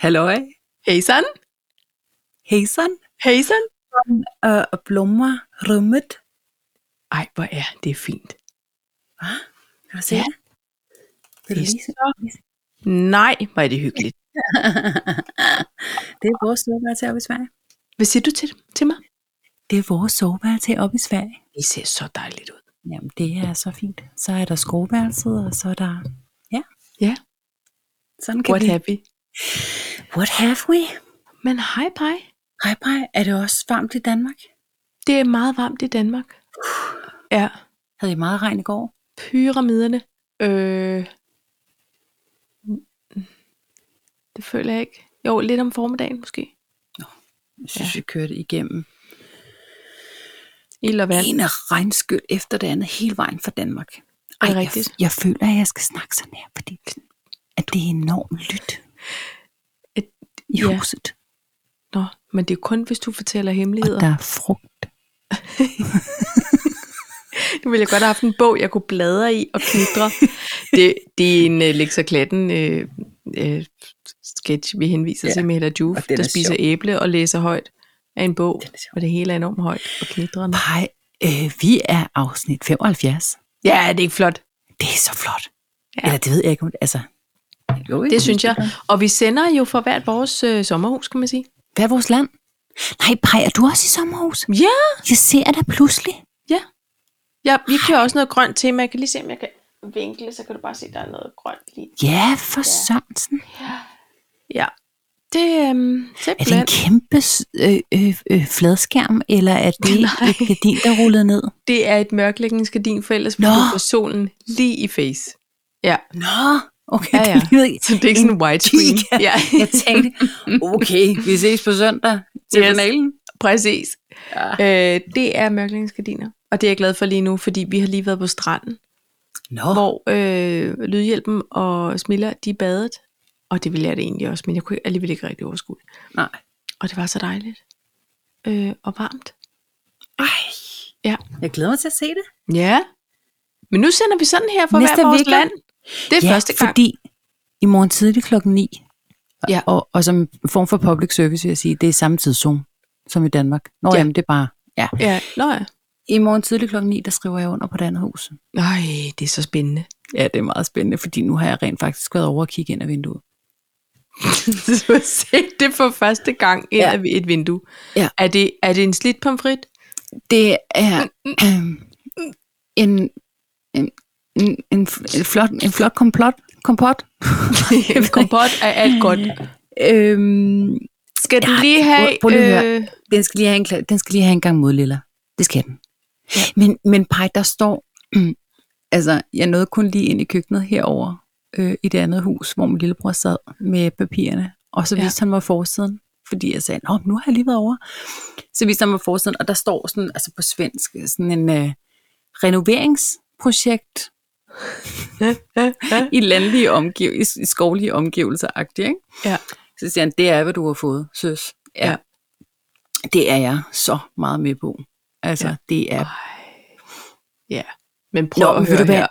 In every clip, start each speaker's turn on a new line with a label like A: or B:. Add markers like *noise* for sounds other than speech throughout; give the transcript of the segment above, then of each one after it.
A: Halløj.
B: Hejsan,
A: Hejsan.
B: hejsan.
A: Øh, og blommer rummet.
B: Ej, hvor er det fint.
A: Hvad? Kan du se
B: Ja.
A: det? Vil du
B: Yes.
A: lige se?
B: Nej, hvor er det hyggeligt.
A: *laughs* Det er vores soveværelse oppe i Sverige.
B: Hvad siger du til, til mig?
A: Det er vores soveværelse oppe i Sverige.
B: Det ser så dejligt ud.
A: Jamen, det er så fint. Så er der skroværelset, og så er der... Ja.
B: Ja.
A: Sådan kan
B: What
A: vi...
B: happy.
A: What have we?
B: Men hej, hej.
A: Hej, hej. Er det også varmt i Danmark?
B: Det er meget varmt i Danmark. Ja,
A: Havde I meget regn i går?
B: pyramiderne. Øh, det føler jeg ikke. Jo, lidt om formiddagen måske.
A: Jeg synes, ja. vi kørte igennem
B: Ild og vand.
A: en regnskyld efter det andet hele vejen fra Danmark. Ej, jeg,
B: rigtigt?
A: jeg føler, at jeg skal snakke sådan her, fordi sådan, at det er enormt lyt
B: Et-
A: i
B: ja.
A: huset,
B: Nå, men det er kun, hvis du fortæller
A: og
B: hemmeligheder.
A: der er frugt.
B: Nu ville jeg godt have haft en bog, jeg kunne bladre i og
A: *laughs*
B: knitre. det, det er en uh, Lex og Klatten uh, uh, sketch, vi henviser
A: Ja,
B: ja. til med Hella Juf,
A: og den
B: der
A: er
B: spiser æble og læser højt af en bog.
A: Den er sjov.
B: Og det hele er enormt højt og
A: *laughs*
B: knitrende.
A: Nej, øh, vi er afsnit 75.
B: Ja, det er ikke flot.
A: Det er så flot.
B: Ja.
A: Ja. Eller det ved jeg ikke, om- altså... Jo,
B: Det synes jeg. Og vi sender jo for hvert vores øh, sommerhus, kan man sige.
A: Hvad er vores land? Nej, Paj, er du også i sommerhus?
B: Ja,
A: Jeg ser dig pludselig.
B: ja vi kører også noget grønt tema. Jeg kan lige se, om jeg kan vinkle, så kan du bare se, der er noget grønt lige.
A: Ja, for ja. Sørensen.
B: Ja, det øhm,
A: Er det
B: simpelthen.
A: en kæmpe s- øh, øh, øh, fladskærm, eller er
B: *laughs*
A: det
B: Nej.
A: et gardin, der rullede ned?
B: Det er et mørklæggende skardin, for ellers
A: Nå.
B: bliver du få solen lige i face. Ja,
A: Nå, okay.
B: Ja,
A: det
B: ja.
A: lyder-
B: så det er ikke sådan en widescreen.
A: kika.
B: Ja, *laughs*
A: Jeg tænkte, okay, vi ses på søndag til
B: Yes.
A: finalen.
B: præcis.
A: Ja.
B: Øh, det er mørklæggende og det er jeg glad for lige nu, fordi vi har lige været på stranden,
A: Nå,
B: oh. hvor øh, Lydhjælpen og Smiller, de badede. Og det ville jeg da egentlig også, men jeg kunne alligevel ikke rigtig overskue det.
A: nej.
B: Og det var så dejligt. Øh, og varmt.
A: Ej.
B: Ja.
A: Jeg glæder mig til at se det.
B: Ja. Men nu sender vi sådan her for
A: Næste
B: hver vores
A: weekend.
B: land. Det er ja, første gang.
A: fordi i morgen tidlig klokken 9,
B: Ja.
A: og, og som form for public service vil jeg sige, det er samme tidszone som i Danmark. Nå,
B: Ja.
A: ja. jamen, det er bare... Ja.
B: Ja, nå ja.
A: I morgen tidlig klokken 9, der skriver jeg under på det andet hus.
B: Ej, det er så spændende.
A: Ja, det er meget spændende, fordi nu har jeg rent faktisk været over og kigge ind ad vinduet.
B: *laughs* du har set det for første gang ind
A: Ja.
B: ja. et vindue.
A: Ja.
B: Er, det, er det en slidt pomfrit?
A: Det er *clears throat* øhm, en, en, en, en, en, flot, en flot komplot, kompot.
B: *laughs* en kompot er alt godt.
A: Øhm,
B: Skal du
A: Ja,
B: lige have... øh,
A: prøv- prøv lige øh, at høre. den, skal lige have en, kla- den skal lige have en gang modliller. Det skal den.
B: Ja.
A: Ja. Men, men Pej, der står... *clears throat* altså, jeg nåede kun lige ind i køkkenet herover øh, i det andet hus, hvor min lillebror sad med papirerne. Og så
B: Ja.
A: viste han mig forsiden, fordi jeg sagde, Nå, nu har jeg lige været over. Så viste han mig forsiden, og der står sådan, altså på svensk, sådan en øh, renoveringsprojekt i landlige omgivelser, i skovlige omgivelser agtig, ikke?
B: Ja.
A: Så siger han, det er, hvad du har fået, søs.
B: Ja.
A: Det er jeg så meget med på. Altså,
B: Ja.
A: ja. det er...
B: ja, men prøv
A: Nå,
B: at
A: men ved
B: høre
A: du hvad?
B: her.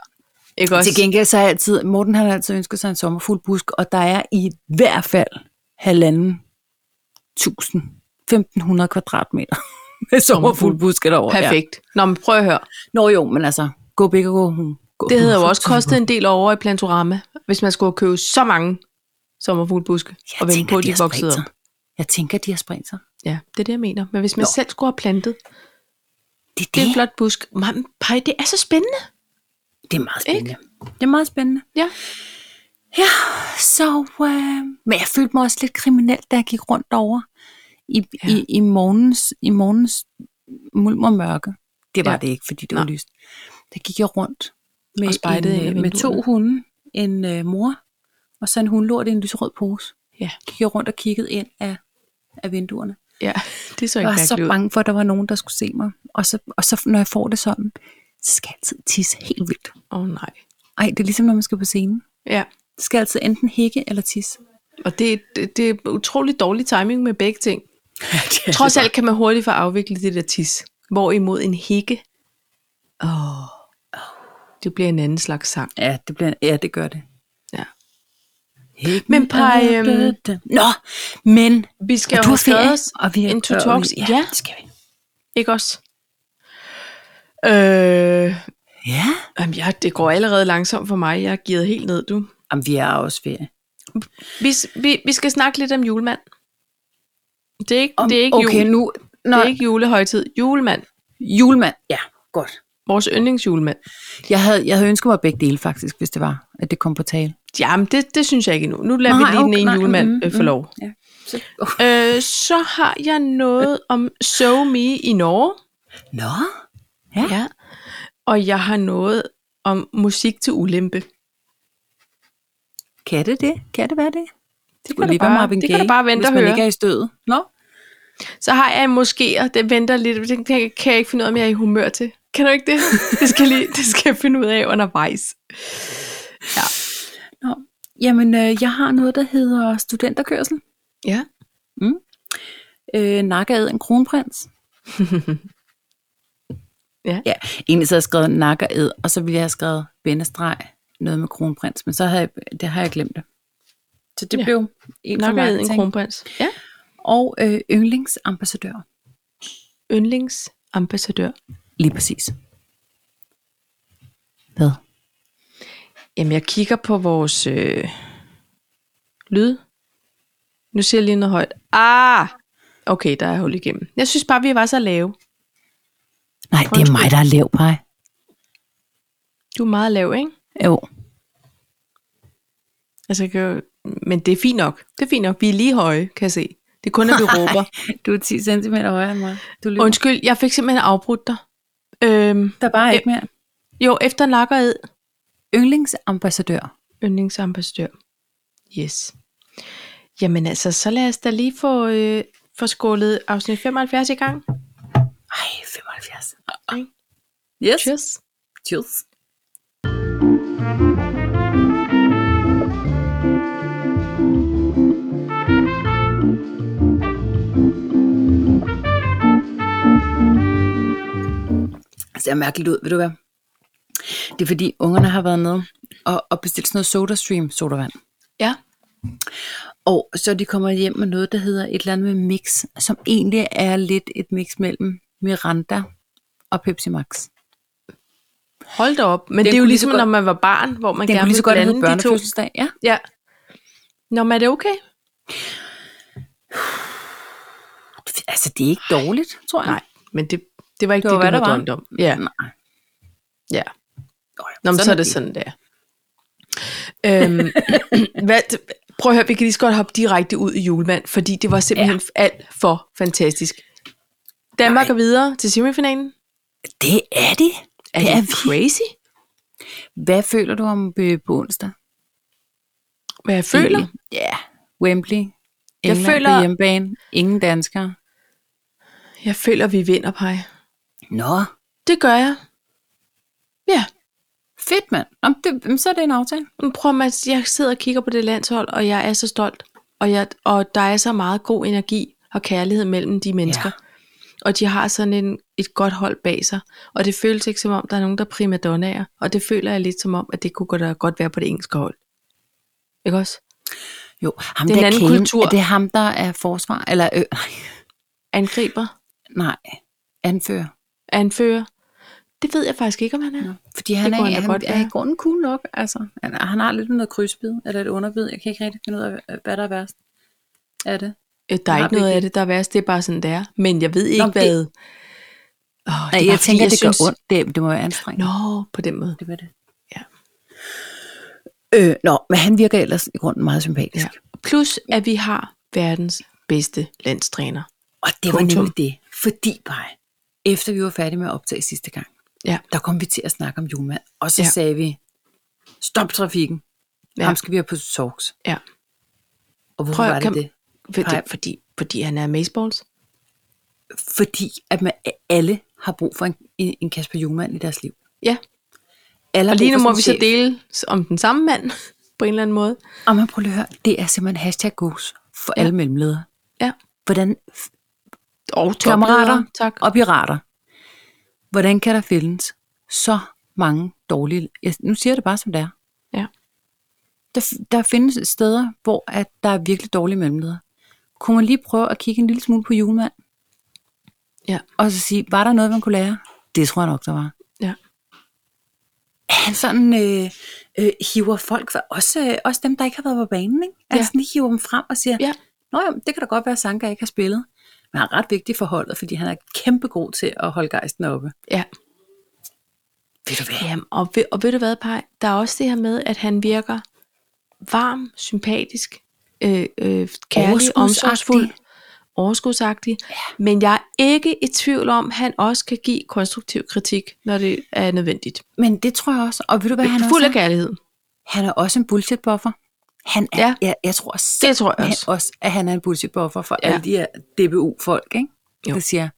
B: Ikke
A: Til
B: også?
A: gengæld så har jeg altid... Morten har altid ønsket sig en sommerfuld busk, og der er i hvert fald halvanden tusind, 1500 kvadratmeter *laughs* med sommerfuld busk derovre.
B: Perfekt. Nå, men prøv at høre.
A: Ja. Nå jo, men altså, gå big og gå home. Gå
B: Det havde jo
A: home.
B: også kostet en del over i Plantorama, hvis man skulle købe så mange sommerfuglbuske
A: Jeg
B: og vente
A: tænker,
B: på, at de
A: har
B: voksede
A: spredt
B: op.
A: sig. Jeg tænker, de har spredt sig.
B: Ja, det er det, jeg mener. Men hvis man
A: Nå.
B: selv skulle have plantet,
A: Det er
B: det er en
A: det.
B: flot busk. Man, pej, det er så spændende.
A: Det er meget
B: Ikke?
A: spændende. Det er meget spændende.
B: Ja.
A: Ja, så... Øh, men jeg følte mig også lidt kriminel, da jeg gik rundt over i, ja. i, i morgens, i morgens mulm og mørke. Det var
B: Ja.
A: ja. det ikke, fordi det var
B: Nej.
A: lyst. Der gik jeg rundt med,
B: Og spejdede ind ad
A: en, øh, med to
B: vinduerne.
A: hunde, en øh, mor og så en hundlort i en lyserød pose.
B: Ja.
A: Gik jeg rundt og kiggede ind af, af vinduerne.
B: Ja, det så
A: Jeg
B: ikke
A: var så
B: mærkeligt ud.
A: bange for, at der var nogen, der skulle se mig. Og så, og så når jeg får det sådan, så skal jeg altid tisse helt vildt.
B: Åh oh, nej.
A: Ej, det er ligesom, når man skal på scenen.
B: Ja,
A: Det skal altid enten hække eller
B: *laughs*
A: tisse.
B: og det, det, det er utrolig dårlig timing med begge ting. Trods alt kan man hurtigt få afviklet det der tis. Hvorimod en hikke, åh, oh, det bliver en anden slags sang.
A: Ja, det, bliver, ja, det gør det.
B: Ja.
A: Hækken
B: Men Paj,
A: er
B: øhm,
A: død. Nå, men
B: Vi skal jo
A: og du
B: have
A: har ferie,
B: skrevet os
A: og vi er
B: en to
A: og vi-
B: talks.
A: Ja,
B: Ja.
A: det skal vi.
B: Ikke også? Øh,
A: Ja,
B: jamen, jeg, det går allerede langsomt for mig. Jeg er givet helt ned, du.
A: Jamen, vi er også ferie.
B: Vi, s- vi, vi skal snakke lidt om julemand. Det er ikke,
A: Om-
B: det er ikke,
A: okay,
B: jul.
A: nu... Nå,
B: det er ikke julehøjtid. Julemand.
A: julemand. Ja, godt.
B: Vores yndlingsjulemand.
A: Jeg havde, jeg havde ønsket mig begge dele, faktisk, hvis det var, at det kom på tale.
B: Jamen, det, det synes jeg ikke endnu. Nu lader vi
A: Nej,
B: lige den
A: okay,
B: ene
A: nej,
B: julemand
A: mm,
B: øh, få
A: mm.
B: lov.
A: Så, oh.
B: Øh, så har jeg noget om SoMe i Norge.
A: Nå,
B: Ja. Og jeg har noget om musik til ulempe.
A: kan det det? Kan det være det? Det
B: kan du bare- det kan du bare vente
A: hvis
B: og
A: man
B: høre.
A: ikke er i stødet. Nå,
B: Så har jeg måske, og det venter lidt, det kan jeg- kan jeg ikke finde ud af, om jeg er i humør til. Kan du ikke det? Det skal, jeg lige, det skal jeg finde ud af undervejs.
A: Nå. Jamen, øh, jeg har noget, der hedder studenterkørsel.
B: Ja.
A: Øh, nakkead en kronprins.
B: Ja.
A: *laughs* ja. Egentlig så havde jeg skrevet nakkead, og så ville jeg have skrevet bindestreg, noget med kronprins, men så har jeg, det har jeg glemt det. Så det
B: Ja.
A: ja. blev en for
B: Nok
A: mange
B: en
A: ting.
B: kronprins. Ja.
A: Og øh, yndlingsambassadør.
B: Yndlingsambassadør.
A: Lige præcis. Hvad?
B: Jamen, jeg kigger på vores øh, lyd. Nu siger jeg lige noget højt. Ah! Okay, der er hul igennem. Jeg synes bare, vi var så lave.
A: Nej, det er
B: Undskyld.
A: mig, der er lav, Paj.
B: Du er meget lav, ikke?
A: Jo.
B: Altså, jeg kan jo... Men det er fint nok. Det er fint nok. Vi er lige høje, kan jeg se. Det er kun, *laughs* at vi råber.
A: Du er 10 cm højere end mig. Du lyver.
B: Undskyld, jeg fik simpelthen afbrudt dig. Øhm,
A: Der er bare ikke mere.
B: jo, efter nakkered,
A: Yndlingsambassadør.
B: yndlingsambassadør. Yes. Jamen altså, så lad os da lige få, øh, få skålet afsnit 75 i gang.
A: Ej, 75.
B: Ej.
A: Yes.
B: Cheers.
A: Cheers. Det ser mærkeligt ud, ved du hvad? Det er fordi, ungerne har været nede og, og bestilt sådan noget sodastream sodavand.
B: Ja.
A: Og så er de kommer hjem med noget, der hedder et eller andet med mix, som egentlig er lidt et mix mellem Miranda og Pepsi Max.
B: Hold da op. Men
A: Den
B: det er jo
A: kunne lige så
B: ligesom,
A: godt-
B: når man var barn, hvor man
A: Den
B: gerne
A: kunne lige så godt have
B: ville
A: heddet
B: blande de to.
A: børnefødselsdag. Ja.
B: Ja. Nå, men er det okay?
A: Altså, det er ikke dårligt, tror jeg.
B: Nej, men det, det var ikke
A: Det var,
B: det,
A: hvad
B: du
A: der
B: havde
A: var.
B: drømt om. Ja,
A: Nej.
B: ja.
A: Nå, ja,
B: Nå, men så er det sådan, der. *laughs* Øhm, hvad, prøv at høre, vi kan lige så godt hoppe direkte ud i julemand, fordi det var simpelthen ja. alt for fantastisk. Danmark
A: Nej.
B: er videre til semifinalen.
A: Det er det.
B: Er
A: det
B: det
A: er vi.
B: crazy?
A: Hvad føler du om øh, på onsdag?
B: Hvad jeg føler?
A: Egentlig? Ja. Wembley. England jeg føler...
B: føler-
A: på hjemmebane. Ingen danskere.
B: Jeg føler, vi vinder, Paj.
A: Nå.
B: Det gør jeg. Ja,
A: Fedt, mand. Nå, men det, jamen, så er det en aftale.
B: men prøv at man, jeg sidder og kigger på det landshold, og jeg er så stolt. Og, jeg, og der er så meget god energi og kærlighed mellem de mennesker. Ja. og de har sådan en, et godt hold bag sig. Og det føles ikke som om, der er nogen, der er primadonnaer. Og det føler jeg lidt som om, at det kunne godt- da godt være på det engelske hold. Ikke også?
A: Jo, ham
B: Det er en
A: der
B: anden
A: Kane,
B: kultur.
A: Er det ham, der er forsvar? Eller, øh, nej,
B: Angriber,
A: nej, anfører.
B: anfører. Det ved jeg faktisk ikke, om han er.
A: Fordi han
B: Det
A: er,
B: kunne han da
A: han,
B: godt
A: er
B: være.
A: i grunden cool nok. Altså, han, han har lidt noget krydsbid, eller et underbid. Jeg kan ikke rigtig finde ud af, øh, hvad der er værst. Er det?
B: Øh, Der er
A: Nej,
B: ikke noget
A: det-
B: af det, der er værst. Det er bare sådan, det er. Men jeg ved ikke,
A: Nå, men
B: hvad... Åh, det er
A: Nej,
B: bare,
A: jeg
B: fordi
A: tænker, det
B: synes-
A: gør ondt. Det, det må være anstrengende.
B: Nå, på den måde.
A: det var det.
B: Ja.
A: Øh, nå, men han virker ellers i grunden meget sympatisk.
B: Ja.
A: Ja.
B: Plus, at vi har verdens bedste landstræner.
A: Og det var
B: Punktum.
A: nemlig det, fordi bare, efter vi var færdige med at optage sidste gang,
B: Ja.
A: der kom vi til at snakke om julemand, og så
B: Ja.
A: ja. sagde vi, stop trafikken,
B: Ja.
A: ja. ham skal vi have på talks.
B: Ja.
A: Og
B: Prøv
A: hvorfor Prøv,
B: at-
A: var det
B: kan-
A: det?
B: Fordi,
A: Pej.
B: fordi, fordi han er Maceballs.
A: Fordi at man, alle har brug for en, en en Kasper Julemand i deres liv.
B: Ja,
A: Alle har
B: Og lige nu
A: brug for
B: må
A: sådan
B: vi
A: en
B: så
A: chef.
B: dele om den samme mand, *laughs* på en eller anden måde.
A: Og man prøver lige at høre, det er simpelthen hashtag goes for
B: Ja.
A: ja. alle mellemledere.
B: Ja.
A: Hvordan
B: Og
A: kammerater
B: Tak.
A: og pirater. Hvordan kan der findes så mange dårlige... Jeg, nu siger jeg det bare, som det er.
B: Ja.
A: Der, der findes steder, hvor at der er virkelig dårlige mellemleder. Kunne man lige prøve at kigge en lille smule på julemand?
B: Ja.
A: Og så sige, var der noget, man kunne lære? Det tror jeg nok, der var.
B: Ja.
A: Han sådan øh, øh, hiver folk, fra- også, øh, også dem, der ikke har været på banen, ikke?
B: Ja.
A: Altså, lige hiver dem frem og siger,
B: Ja.
A: Nå jo, det kan da godt være, at Sanka ikke har spillet. Men han er ret vigtig for holdet, fordi han er kæmpe god til at holde gejsten oppe.
B: Ja.
A: Ved du hvad?
B: Jamen, og, ved, og ved du hvad, Paj? Der er også det her med, at han virker varm, sympatisk, øh, øh, kærlig,
A: Overskudsagtig.
B: omsorgsfuld, overskudsagtig. Ja. Men jeg er ikke i tvivl om, at han også kan give konstruktiv kritik, når det er nødvendigt.
A: Men det tror jeg også. Og ved du hvad, han er,
B: Fuld
A: også,
B: af kærlighed.
A: han er også en bullshit-buffer. Han er,
B: Ja.
A: ja. jeg, jeg tror
B: Det tror jeg
A: simpelthen
B: også.
A: også, at han er en bullshit-buffer for
B: Ja.
A: ja. alle de her DBU-folk, ikke?
B: Jo.
A: Jo. Der siger,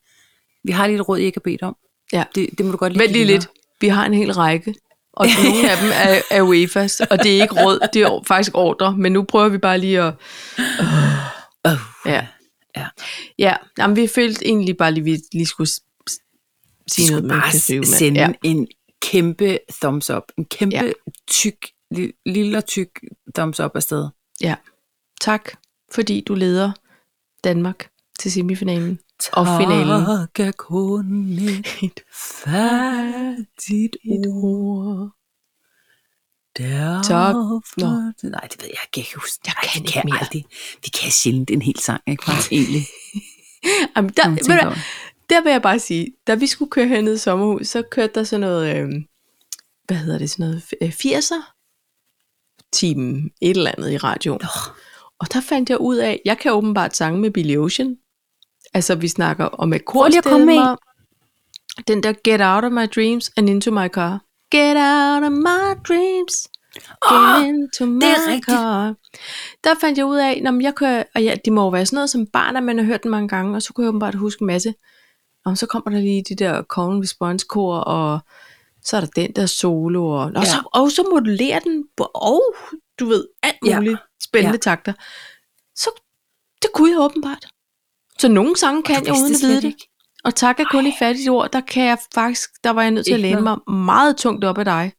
A: vi har lige et råd, I ikke har bedt om.
B: Ja.
A: Det, det må du godt lige
B: Vent
A: give
B: lige
A: videre.
B: lidt. Vi har en hel række,
A: *laughs*
B: og nogle af dem er, er UEFA's, og det er ikke råd, det er faktisk ordre, men nu prøver vi bare lige at...
A: *sighs* Oh.
B: Ja,
A: Ja.
B: ja. Jamen, vi følte egentlig bare lige, vi lige skulle s- s-
A: De
B: sige noget
A: skulle
B: med Chris
A: bare
B: Høgemann.
A: sende
B: ja.
A: ja. en kæmpe thumbs up. En kæmpe
B: Ja.
A: ja. tyk, li, lille og tyk thumbs up afsted.
B: ja. Tak, fordi du leder Danmark til semifinalen og finalen.
A: Tak er kun
B: *laughs*
A: et færdigt ord.
B: Tak. Nå.
A: Derfor... Nej, det ved jeg ikke. Jeg kan huske. Jeg
B: kan
A: vi
B: ikke
A: kan
B: mere.
A: Aldrig. Vi kan sjældent en hel sang, ikke bare egentlig.
B: Jamen,
A: når
B: der,
A: man
B: ved du,
A: tænker
B: hvad,
A: over det.
B: der vil jeg bare sige, da vi skulle køre herned i sommerhus, så kørte der sådan noget, øh, hvad hedder det, sådan noget øh, 80'er timen, et eller andet i radioen.
A: Nå.
B: Og der fandt jeg ud af, jeg kan åbenbart sange med Billy Ocean. Altså, vi snakker om et
A: Prøv lige at komme med en.
B: korstemmer. Den der Get Out of My Dreams and Into My Car. Get out of my dreams. Get
A: Åh,
B: into my
A: Ah, er rigtigt.
B: car. Der fandt jeg ud af, når jeg kører, og ja, det må jo være sådan noget som barn, at man har hørt den mange gange, og så kunne jeg åbenbart huske en masse. Og så kommer der lige de der Call Response kor, og så er der den der solo, og, og,
A: Ja.
B: så, og så modulerer den, på- og du ved, alt
A: Ja.
B: muligt spændende ja. takter. Så det kunne jeg åbenbart. Så nogle sange kan jeg
A: vidste
B: uden at
A: det slet
B: vide det.
A: ikke?
B: Og tak er kun i fattigt ord, der kan jeg faktisk, der var jeg nødt til at
A: Ikke
B: læne mig meget tungt op af dig.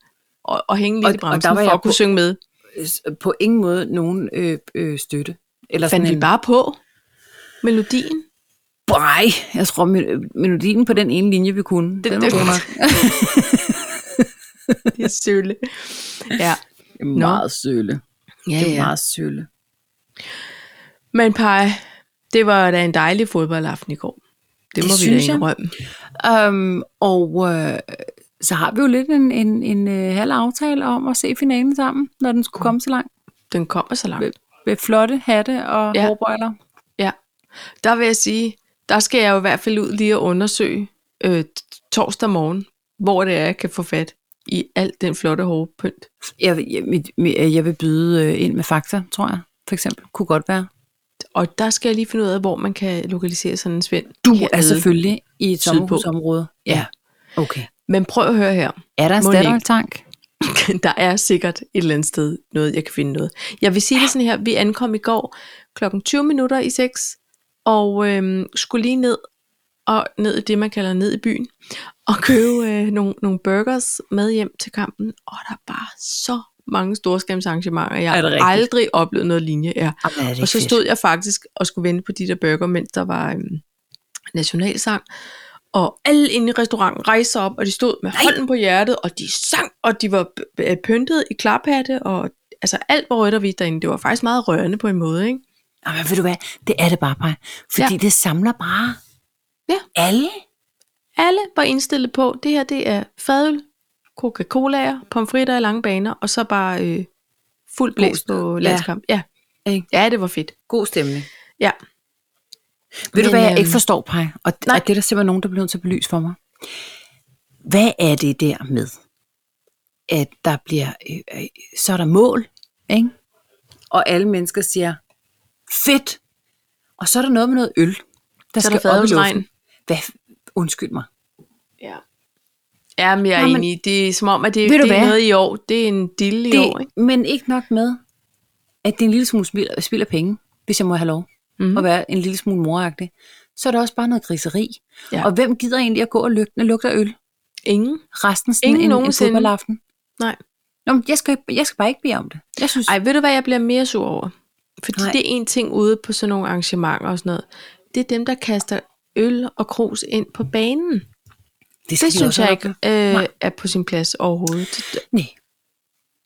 B: Og, og hænge lidt
A: Og-
B: i
A: og
B: bremsen
A: der var
B: for
A: jeg
B: at kunne
A: på-
B: synge med.
A: Øh, S- På ingen måde nogen øh, øh, støtte. Eller
B: Fandt
A: sådan
B: vi
A: en,
B: bare på
A: *laughs*
B: melodien?
A: nej, jeg tror, men- øh, melodien på den ene linje, vi kunne, den, den var
B: det-
A: god nok.
B: Det er sølle. Ja.
A: Meget sølle.
B: Ja,
A: Det er
B: ja.
A: meget sølle.
B: Men Paj, det var da en dejlig fodboldaften i går. Det
A: Det
B: må vi da
A: synes jeg.
B: indrømme.
A: Um, og øh, så har vi jo lidt en, en, en øh, halv aftale om at se finalen sammen, når den skulle komme så langt.
B: Den kommer så langt.
A: Med, med flotte hatte og
B: Ja.
A: ja. hårbøjler.
B: Ja, der vil jeg sige, der skal jeg jo i hvert fald ud lige og undersøge øh, t- torsdag morgen, hvor det er, jeg kan få fat i alt den flotte hårde pynt.
A: Jeg, vil- jeg, mit, mit, øh, jeg vil byde øh, ind med fakta, tror jeg. For eksempel. Kunne godt være.
B: Og der skal jeg lige finde ud af, hvor man kan lokalisere sådan en svend.
A: Du er
B: hernede.
A: selvfølgelig i et
B: sydpå.
A: sommerhusområde.
B: Ja.
A: Okay.
B: Men prøv at høre her.
A: Er der en
B: Må den ikke?
A: Statoil-tank?
B: *laughs* der er sikkert et eller andet sted noget, jeg kan finde noget. Jeg vil sige det sådan her, vi ankom i går klokken 20 minutter i 6, og øhm, skulle lige ned og ned i det, man kalder ned i byen, og
A: *laughs*
B: købe øh, nogle, nogle burgers med hjem til kampen, og der var så mange storskærmsarrangementer. Jeg
A: Er
B: har
A: det rigtigt?
B: aldrig oplevet noget linje. Ja.
A: Jamen, er det
B: Og så stod jeg faktisk og skulle vente på de der burger, mens der var øhm, nationalsang. Og alle inde i restauranten rejste sig op, og de stod med Nej. hånden på hjertet, og de sang, og de var p- p- pyntet i klaphatte, og altså alt var rødt og hvidt derinde. Det var faktisk meget rørende på en måde, ikke?
A: Jamen, ved du hvad? Det er det bare, Paj. Fordi
B: Ja.
A: ja. det samler bare
B: Ja.
A: alle.
B: Alle var indstillet på, det her det er fadøl, Coca-Cola'er, pomfritter i lange baner, og så bare øh, fuld blæs
A: God
B: på
A: sted.
B: landskamp. Ja. Ja.
A: Ikke?
B: ja, det var fedt.
A: God stemning.
B: Ja.
A: Ved du,
B: Men,
A: hvad jeg
B: øhm,
A: ikke forstår, Paj? Og,
B: nej.
A: og det er der simpelthen nogen, der bliver nødt til at belyse for mig. Hvad er det der med, at der bliver, øh, øh, så er der mål, ikke? Og alle mennesker siger, fedt! Og så er der noget med noget øl, der
B: Så er
A: skal
B: der
A: op i
B: fadølsregn.
A: luften. Hvad? Undskyld mig.
B: Ja. Ja, men jeg er
A: Nå, men-
B: enig. Det er som om, at det,
A: Ved du
B: det er
A: hvad?
B: noget i år. Det er en dille i år, ikke?
A: Det, men ikke nok med, at det er en lille smule spild, spild af penge, hvis jeg må have lov
B: Mhm.
A: mm-hmm. at være en lille smule moragtig. Så er der også bare noget griseri.
B: Ja.
A: Ja. Og hvem gider egentlig at gå og lugte, lugte af øl?
B: Ingen.
A: resten sådan
B: Ingen
A: en, en
B: nogensinde.
A: fodboldaften.
B: Nej.
A: Nå, men jeg skal, jeg skal bare ikke bede om det. Jeg synes,
B: Ej, ved du hvad jeg bliver mere sur over? Fordi
A: Nej.
B: Nej. det er en ting ude på sådan nogle arrangementer og sådan noget. Det er dem, der kaster øl og krus ind på banen. Det,
A: skal
B: det
A: de
B: synes
A: også
B: jeg
A: have
B: ikke øh,
A: lov Nej.
B: er på sin plads overhovedet. Det,
A: til. Nej,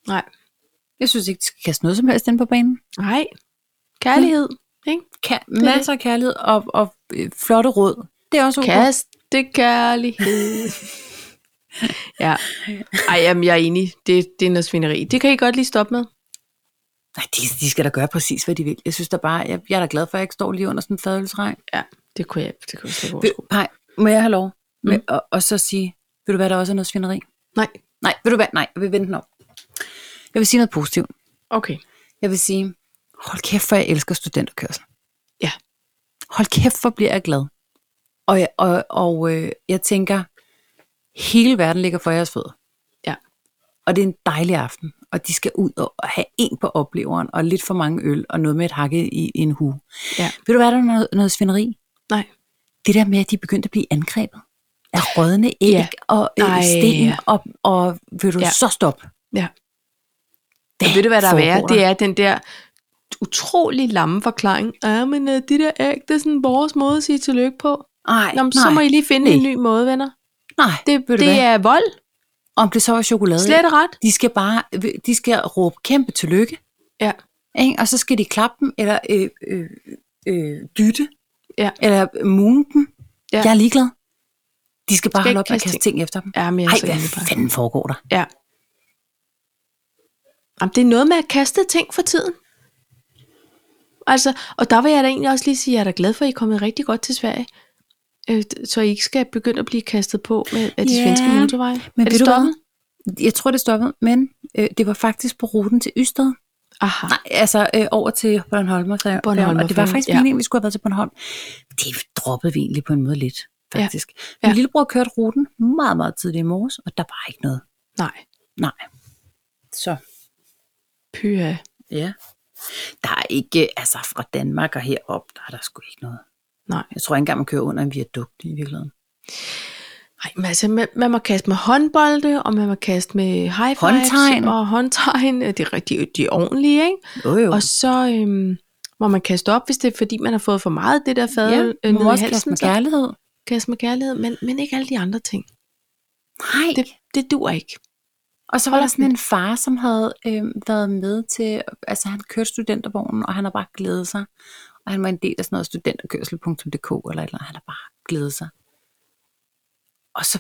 B: nej.
A: jeg synes ikke, de skal kaste noget som helst ind på banen.
B: Nej. Kærlighed.
A: Mm.
B: Ikke?
A: Ka- masser af kærlighed og, og øh, flotte råd. Det er også okay.
B: Kast det
A: *laughs*
B: kærlighed. ja. Ej, jamen, jeg er enig. Det, det er noget svineri. Det kan I godt lige stoppe med.
A: Nej, de, de skal da gøre præcis, hvad de vil. Jeg synes da bare, jeg, jeg er da glad for, at jeg ikke står lige under sådan en fadølsregn.
B: Ja, det kunne jeg, det kunne jeg slet ikke
A: Vil-
B: overskue.
A: Nej, må jeg have lov? Med, og, og så sige, vil du hvad, der også er noget svineri?
B: Nej.
A: Nej, vil du hvad? Nej, jeg vil vente den om. Jeg vil sige noget positivt.
B: Okay.
A: Jeg vil sige, hold kæft, for jeg elsker studenterkørsel.
B: Ja.
A: Hold kæft, for bliver jeg glad. Og, jeg, og, og øh, jeg tænker, hele verden ligger for jeres fødder.
B: Ja.
A: Og det er en dejlig aften. Og de skal ud og og have en på opleveren, og lidt for mange øl, og noget med et hakke i, i en hue.
B: Ja.
A: Ved du hvad, der er noget, noget svineri?
B: Nej.
A: det der med, at de begyndte at blive angrebet af rådne æg ja.
B: Ja.
A: og øh,
B: Ej.
A: sten, og, og vil du ja.
B: Ja.
A: så stoppe?
B: Ja. Hvad ved du, hvad der er
A: foregår
B: værre? Det er den der utrolig lamme forklaring. Ja, men uh, det der æg, det er sådan vores måde at sige tillykke på.
A: Ej,
B: Nå, men
A: nej,
B: så må I lige finde
A: Nej.
B: en ny måde, venner.
A: nej,
B: Det,
A: ved du
B: det
A: hvad?
B: er vold.
A: Om det så var chokolade.
B: Slet og ret.
A: De skal bare, de skal råbe kæmpe tillykke,
B: Ja.
A: ikke? og så skal de klappe dem, eller øh, øh, øh, dytte,
B: Ja.
A: eller mune dem.
B: Ja.
A: Jeg er ligeglad. De skal bare
B: Skal
A: holde op
B: ikke
A: med at
B: kaste
A: kaste ting efter dem.
B: Ja, men jeg er
A: Ej,
B: så enig
A: hvad
B: bare.
A: fanden foregår der?
B: Ja. Jamen, det er noget med at kaste ting for tiden. Altså, og der vil jeg da egentlig også lige sige, at jeg er da glad for, at I er kommet rigtig godt til Sverige. Øh, d- Så I ikke skal begynde at blive kastet på med, af de
A: Ja,
B: yeah. svenske motorveje.
A: Men
B: er
A: ved
B: det
A: du hvad?
B: stoppet?
A: Jeg tror, det stoppede, men øh, det var faktisk på ruten til Ystad.
B: Aha.
A: Nej, altså øh, over til Bornholmerfærgen.
B: Bornholmerfærgen,
A: Og det var faktisk
B: ja.
A: meningen, at vi skulle have været til Bornholm. Det droppede vi egentlig på en måde lidt, faktisk. Ja.
B: Ja.
A: Min lillebror kørte ruten meget, meget tidligt i morges, og der var ikke noget.
B: Nej.
A: Nej. Så,
B: Pyha.
A: ja. Der er ikke, altså fra Danmark og herop, der er der sgu ikke noget.
B: Nej.
A: Jeg tror ikke engang, man kører under en viadukt i virkeligheden.
B: Nej, men altså, man, man må kaste med håndbolde, og man må kaste med high fives
A: Håndtegn.
B: og håndtegn. Øh, Det er rigtig, de er ordentlige, ikke?
A: Jo, jo.
B: Og så øhm, må man kaste op, hvis det er fordi, man har fået for meget af det der fad
A: ja,
B: øh,
A: man må
B: ned i
A: også kaste
B: halsen.
A: med
B: så-
A: kærlighed.
B: kaste med kærlighed, men, men ikke alle de andre ting.
A: Nej.
B: Det, det dur ikke.
A: Og så var der
B: Hold
A: sådan en far, som havde øh, været med til, altså han kørte studentervognen, og han har bare glædet sig. Og han var en del af sådan noget studenterkørsel.dk, eller, et eller andet. han har bare glædet sig. Og så,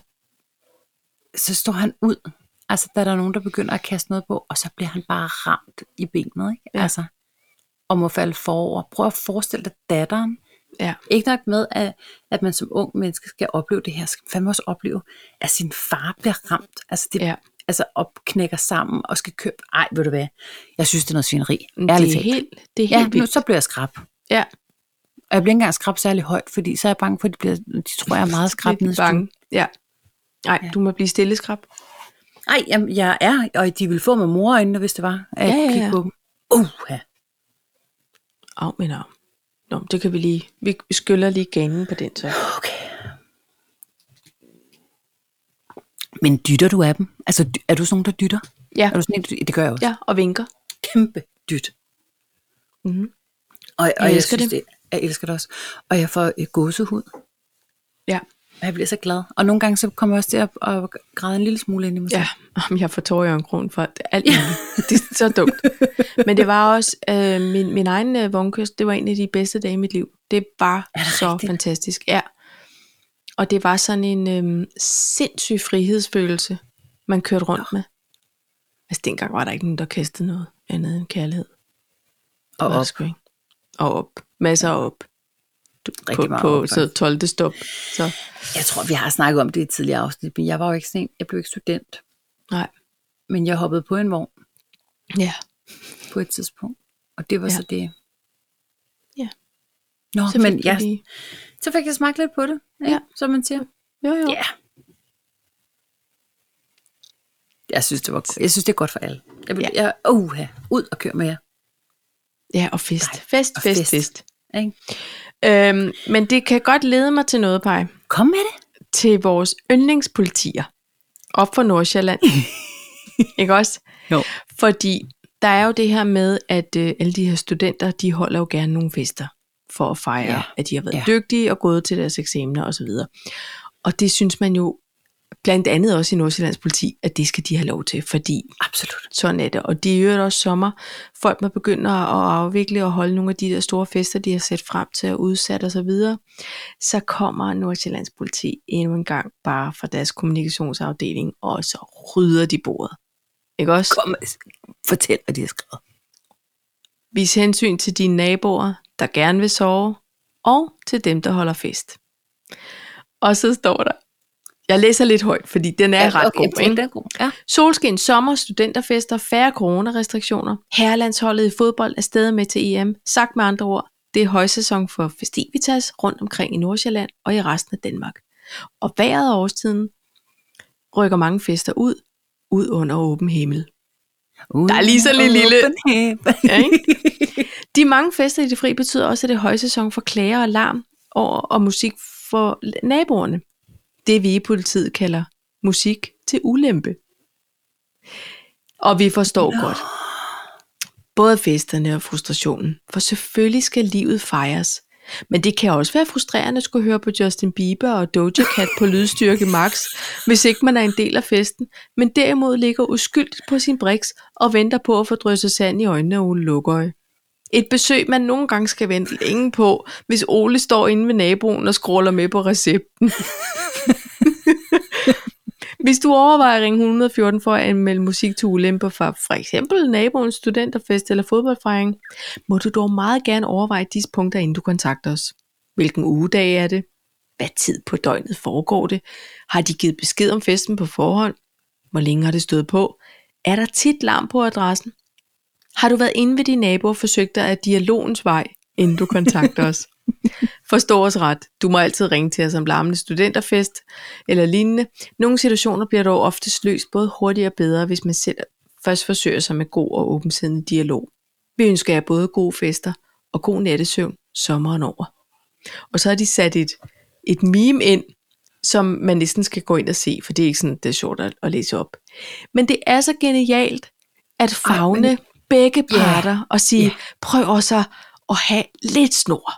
A: så står han ud, altså da der er nogen, der begynder at kaste noget på, og så bliver han bare ramt i benet, ikke?
B: Ja.
A: Altså, og må falde forover. Prøv at forestille dig datteren,
B: Ja,
A: ikke nok med, at, at man som ung menneske skal opleve det her, skal man fandme også opleve, at sin far bliver ramt, altså, det,
B: Ja.
A: altså op, knækker sammen og skal købe. Ej, ved du hvad, jeg synes, det er noget svineri.
B: men
A: Ærligt
B: det er
A: talt.
B: helt, det er
A: ja,
B: helt
A: nu,
B: vildt.
A: så bliver jeg skrab.
B: Ja,
A: Og jeg bliver ikke engang skrab særlig højt, fordi så er jeg bange for, at de, bliver, de tror, jeg er meget skrab
B: lidt
A: nede i stuen.
B: bange. Ja. Nej, ja. du må blive stille, skrab.
A: Ej, jamen, jeg er, og de vil få med mor øjnene, hvis det var, at
B: Ja, ja,
A: kigge
B: ja.
A: på dem. Uh, ja.
B: Af min arm. Nå, men det kan vi lige, vi vi skyller lige gangen på den så.
A: okay. Men dytter du af dem? Altså, dy- er du sådan nogen, der dytter?
B: Ja,
A: Er du sådan en, det gør jeg også.
B: ja og vinker.
A: kæmpe dyt.
B: Mhm.
A: Og, og jeg,
B: Jeg elsker
A: jeg elsker synes, det. Jeg elsker det også. Og jeg får øh, gåsehud,
B: Ja,
A: og jeg bliver så glad. Og nogle gange så kommer jeg også til at, at græde en lille smule ind i mig selv.
B: ja. Om jeg får tårer i øjenkrogen for det, alt muligt. Det er så dumt. Men det var også, øh, min, min egen øh, vognkyst, det var en af de bedste dage i mit liv. Det var
A: det
B: så
A: rigtigt?
B: fantastisk. Ja. Og det var sådan en øhm, sindssyg frihedsfølelse, man kørte rundt med. Altså dengang var der ikke nogen, der kastede noget andet end kærlighed. Det
A: og
B: var der
A: op.
B: sgu ikke. Og op. Masser af op. Du,
A: Rigtig
B: på,
A: meget
B: på
A: op,
B: så 12. stop. Så
A: Jeg tror, vi har snakket om det i et tidligere afsnit, men jeg var jo ikke sådan en, jeg blev ikke student.
B: nej.
A: Men jeg hoppede på en vogn
B: Ja.
A: på et tidspunkt, og det var ja.
B: Ja.
A: så det.
B: Ja.
A: Nå,
B: Så
A: så men
B: fik du
A: jeg,
B: lige-
A: så fik jeg smagt lidt på det, ikke?
B: Ja.
A: som man siger.
B: Jo, jo.
A: Ja. Yeah. Jeg synes, det var Jeg synes, det er godt for alle. Jeg vil,
B: Ja.
A: jeg, uh, ud og kør med jer.
B: Ja, og fest. Fest,
A: og
B: fest,
A: fest.
B: fest.
A: Ikke?
B: Øhm, men det kan godt lede mig til noget, Paj.
A: Kom med det. *laughs*
B: Til vores yndlingspolitier. Op for Nordsjælland. ikke også?
A: Jo.
B: Fordi der er jo det her med, at øh, alle de her studenter, de holder jo gerne nogle fester for at fejre,
A: Ja.
B: ja. at de har været
A: Ja.
B: ja. dygtige og gået til deres eksamener osv. Og det synes man jo, blandt andet også i Nordsjællands politi, at det skal de have lov til, fordi
A: Absolut.
B: sådan er det. Og det er jo også sommer. Folk må begynde at afvikle og holde nogle af de der store fester, de har set frem til og udsat osv. Så, videre. så kommer Nordsjællands politi endnu en gang bare fra deres kommunikationsafdeling, og så rydder de bordet. Ikke også?
A: Kom, fortæl, hvad de har skrevet.
B: Vis hensyn til dine naboer, der gerne vil sove, og til dem, der holder fest. Og så står der, jeg læser lidt højt, fordi den er ja, ret okay, god. Ikke?
A: er god. Ja.
B: Solskin, sommer, studenterfester, færre coronarestriktioner. Herrelandsholdet i fodbold er stedet med til EM. Sagt med andre ord, det er højsæson for festivitas rundt omkring i Nordsjælland og i resten af Danmark. Og vejret og årstiden rykker mange fester ud, ud under åben himmel. Der er lige sådan lidt lille- Ja, ikke? De mange fester i det fri betyder også, at det er højsæson for klager og larm og, og musik for naboerne. Det vi i politiet kalder musik til ulempe. Og vi forstår Nå. godt. Både festerne og frustrationen. For selvfølgelig skal livet fejres. Men det kan også være frustrerende at skulle høre på Justin Bieber og Doja Cat på lydstyrke max, hvis ikke man er en del af festen, men derimod ligger uskyldigt på sin briks og venter på at få drysset sand i øjnene af Ole Lukøje. Et besøg, man nogle gange skal vente længe på, hvis Ole står inde ved naboen og scroller med på recepten. hvis du overvejer at ringe 114 for at anmelde musik til ulemper fra for eksempel naboens studenterfest eller fodboldfejring, må du dog meget gerne overveje disse punkter, inden du kontakter os. Hvilken ugedag er det? Hvad tid på døgnet foregår det? Har de givet besked om festen på forhånd? Hvor længe har det stået på? Er der tit larm på adressen? Har du været inde ved din nabo og forsøgt dig af dialogens vej, inden du kontakter os? Forstå os ret. Du må altid ringe til os om larmende studenterfest eller lignende. Nogle situationer bliver dog oftest løst både hurtigere og bedre, hvis man selv først forsøger sig med god og åbensindig dialog. Vi ønsker jer både gode fester og god nattesøvn sommeren over. Og så har de sat et, et meme ind, som man næsten skal gå ind og se, for det er ikke sådan, det er sjovt at, at læse op. Men det er så genialt at fagne Ej, begge
A: Ja.
B: parter og sige,
A: Ja.
B: prøv også at- at have lidt snor.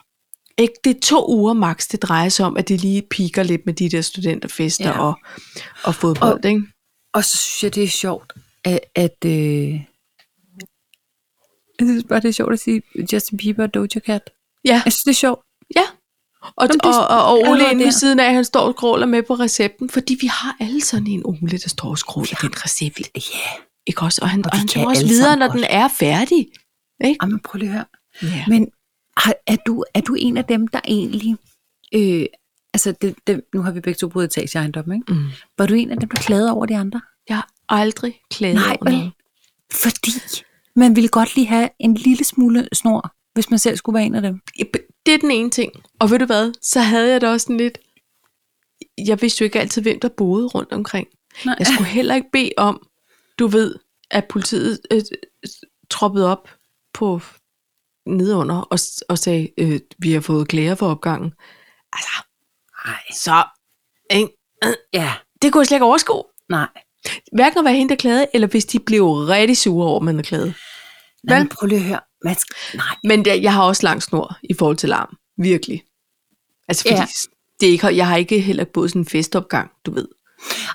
B: Ikke? Det er to uger maks, det drejer sig om, at det lige piker lidt med de der studenterfester
A: Ja.
B: ja. og, og fodbold. Og, ikke?
A: *laughs* Og så synes jeg, det er sjovt, at... at øh, jeg synes bare, det er sjovt at sige Justin Bieber og Doja Cat.
B: Ja,
A: Jeg synes, det er sjovt.
B: ja. Og,
A: Jamen, det er
B: og, og, og
A: allerede
B: Ole inde ved
A: der.
B: siden af, han står og skråler med på recepten, fordi vi har alle sådan en Ole, der står og skråler ja. den recept.
A: Ja. Yeah.
B: Ikke også? Og han,
A: Og
B: og
A: vi
B: han
A: kan
B: tager også
A: alle
B: videre,
A: sammen
B: når
A: godt.
B: den er færdig. Ikke?
A: Jamen, prøv lige at høre.
B: Ja.
A: Men har, er, du, er du en af dem, der egentlig... Øh, altså, det, det, nu har vi begge to boet i etageejendomme, ikke?
B: Mm.
A: Var du en af dem, der klagede over de andre?
B: Jeg har aldrig klaget
A: Nej,
B: over
A: vel?
B: noget.
A: Fordi man ville godt lige have en lille smule snor, hvis man selv skulle være en af dem.
B: Det er den ene ting. Og ved du hvad, så havde jeg da også sådan lidt... Jeg vidste jo ikke altid, hvem der boede rundt omkring.
A: Nej.
B: Jeg skulle heller ikke bede om, du ved, at politiet øh, øh, troppede op på nedunder og, s- og sagde, øh, vi har fået klager for opgangen. Altså,
A: Nej.
B: så... Ikke?
A: Ja,
B: Det kunne jeg slet ikke overskue.
A: nej.
B: Hverken at være hende, der klagede, eller hvis de blev rigtig sure over, at man havde klaget.
A: nej
B: Vel?
A: men prøv lige at høre. Man skal, nej.
B: Men jeg, jeg har også lang snor i forhold til larm. Virkelig. Altså, fordi
A: Ja.
B: ja. det er ikke, jeg har ikke heller boet sådan en festopgang, du ved.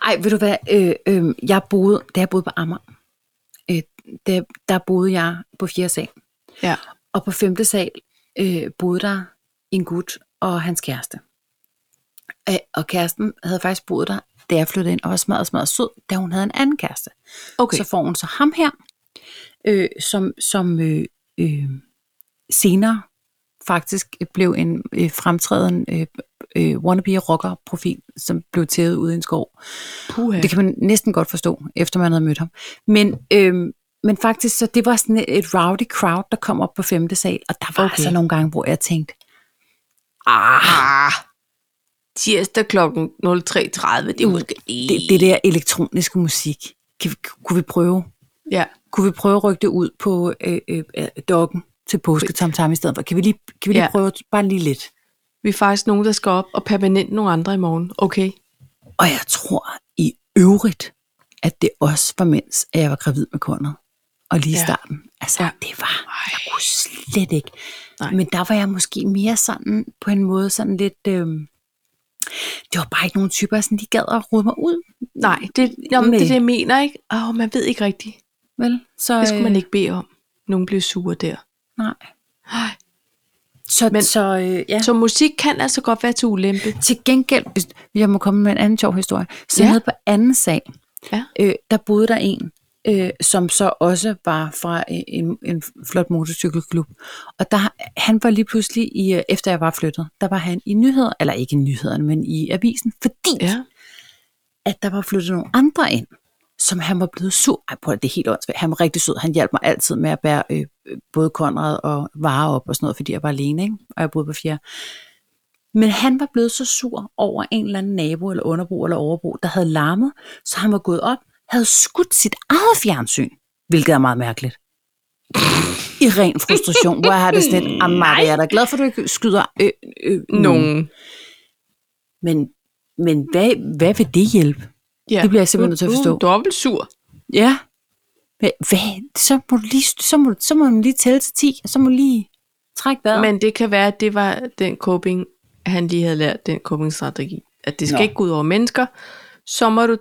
A: Ej, ved du hvad? Øh, øh, jeg boede, da jeg boede på Amager, øh, der, der boede jeg på 4. sal.
B: Ja.
A: Og på 5. sal øh, boede der en gut og hans kæreste. Øh, og kæresten havde faktisk boet der, da jeg flyttede ind, og var smadret, smadret sød, da hun havde en anden kæreste. Okay.
B: Okay.
A: Så får hun så ham her, øh, som, som øh, øh, senere faktisk blev en øh, fremtræden øh, øh, wannabe rocker-profil, som blev tævet ude i en skov.
B: Puha.
A: Det kan man næsten godt forstå, efter man havde mødt ham. Men, øhm, men faktisk, så det var sådan et rowdy crowd, der kom op på 5. sal, og der var okay.
B: Okay.
A: altså nogle gange, hvor jeg tænkte,
B: Ah. Tirsdag kl. 03.30, det er måske...
A: det, det der elektroniske musik, kan vi, kunne vi prøve?
B: Ja.
A: Kunne vi prøve at rykke det ud på øh, øh, øh, dokken til påsketamtam i stedet for? Kan vi lige, kan vi lige ja.
B: Ja.
A: prøve bare lige lidt?
B: Vi er faktisk nogen, der skal op og permanent nogle andre i morgen. Okay.
A: Og jeg tror i øvrigt, at det også var mens, at jeg var gravid med kornet. Og lige i
B: Ja.
A: starten. Altså,
B: Ja.
A: ja. det var, jeg kunne slet ikke.
B: Nej.
A: Nej. Men der var jeg måske mere sådan, på en måde sådan lidt, øh, det var bare ikke nogen typer, jeg sådan, de gad at rode mig ud,
B: Nej, det, jamen, det er
A: Næ.
B: det, jeg mener, ikke? Åh, man ved ikke rigtigt.
A: vel? Så,
B: Det skulle man
A: øh,
B: ikke bede om. Nogen blev sure der.
A: Nej.
B: Ej.
A: Så,
B: Men-
A: Men, så øh, ja.
B: Så musik kan altså godt være til ulempe.
A: Til gengæld, hvis jeg må komme med en anden sjov historie, så
B: Ja.
A: ja. nede på anden sag,
B: Ja.
A: øh, der boede der en, øh, som så også var fra øh, en, en flot motorcykelklub. Og der, han var lige pludselig, i, øh, efter jeg var flyttet, der var han i nyheder, eller ikke i nyhederne, men i avisen, fordi
B: Ja.
A: at der var flyttet nogle andre ind, som han var blevet sur. Ej, prøv, at- det er helt åndssvagt. Han var rigtig sød. Han hjalp mig altid med at bære øh, øh, både Konrad og varer op og sådan noget, fordi jeg var alene, ikke? og jeg boede på fjerde. Men han var blevet så sur over en eller anden nabo, eller underbo, eller overbo, der havde larmet, så han var gået op, havde skudt sit eget fjernsyn, hvilket er meget mærkeligt. I ren frustration, hvor jeg har det sådan lidt, "Ah, Maja, jeg er da glad for, at du ikke skyder øh, øh, nogen.
B: Nogen.
A: Men, men hvad, hvad vil det hjælpe?
B: Ja. Uh,
A: Det bliver jeg simpelthen nødt til at
B: Du- du er
A: forstå.
B: Dobbelt sur.
A: Ja. Hvad? hvad? Så, må du lige, så, må, du- så må man lige tælle til 10, og så må du lige trække vejret.
B: Men det kan være, at det var den coping, han lige havde lært, den coping-strategi. At det skal Nå.
A: Nå.
B: ikke gå ud over mennesker. Så må du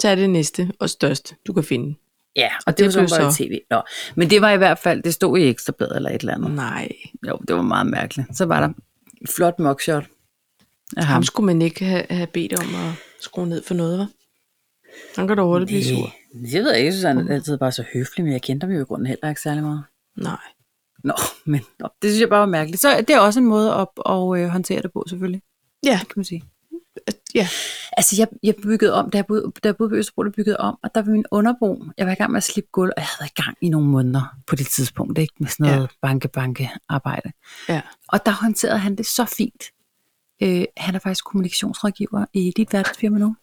B: tage det næste og største, du kan finde.
A: ja, og
B: det
A: det, var
B: blev
A: så bare
B: så-
A: i tv. Nå. Men det var i hvert fald, det stod i ekstrabladet eller et eller andet.
B: Nej,
A: Jo, det var meget mærkeligt. Så var der et flot mugshot af ham.
B: ham skulle man ikke have, have bedt om at skrue ned for noget, hva'? Han kan da hurtigt blive sur.
A: Det, det ved jeg ikke, jeg synes, han er altid bare så høflig, men jeg kendte ham jo i grunden heller ikke særlig meget.
B: Nej.
A: Nå, *laughs* men nå, det synes jeg bare var mærkeligt. Så det er også en måde at, at, at håndtere det på, selvfølgelig,
B: Ja,
A: kan man sige.
B: ja.
A: Altså, jeg, jeg byggede om, da jeg, boede, da jeg boede på Østerbro, der byggede om, og der var min underbo. Jeg var i gang med at slippe gulv, og jeg havde været i gang i nogle måneder på det tidspunkt, ikke? Med sådan noget
B: Ja.
A: ja. banke-banke-arbejde.
B: ja.
A: Og der håndterede han det så fint. Øh, han er faktisk kommunikationsrådgiver i dit verdensfirma nu.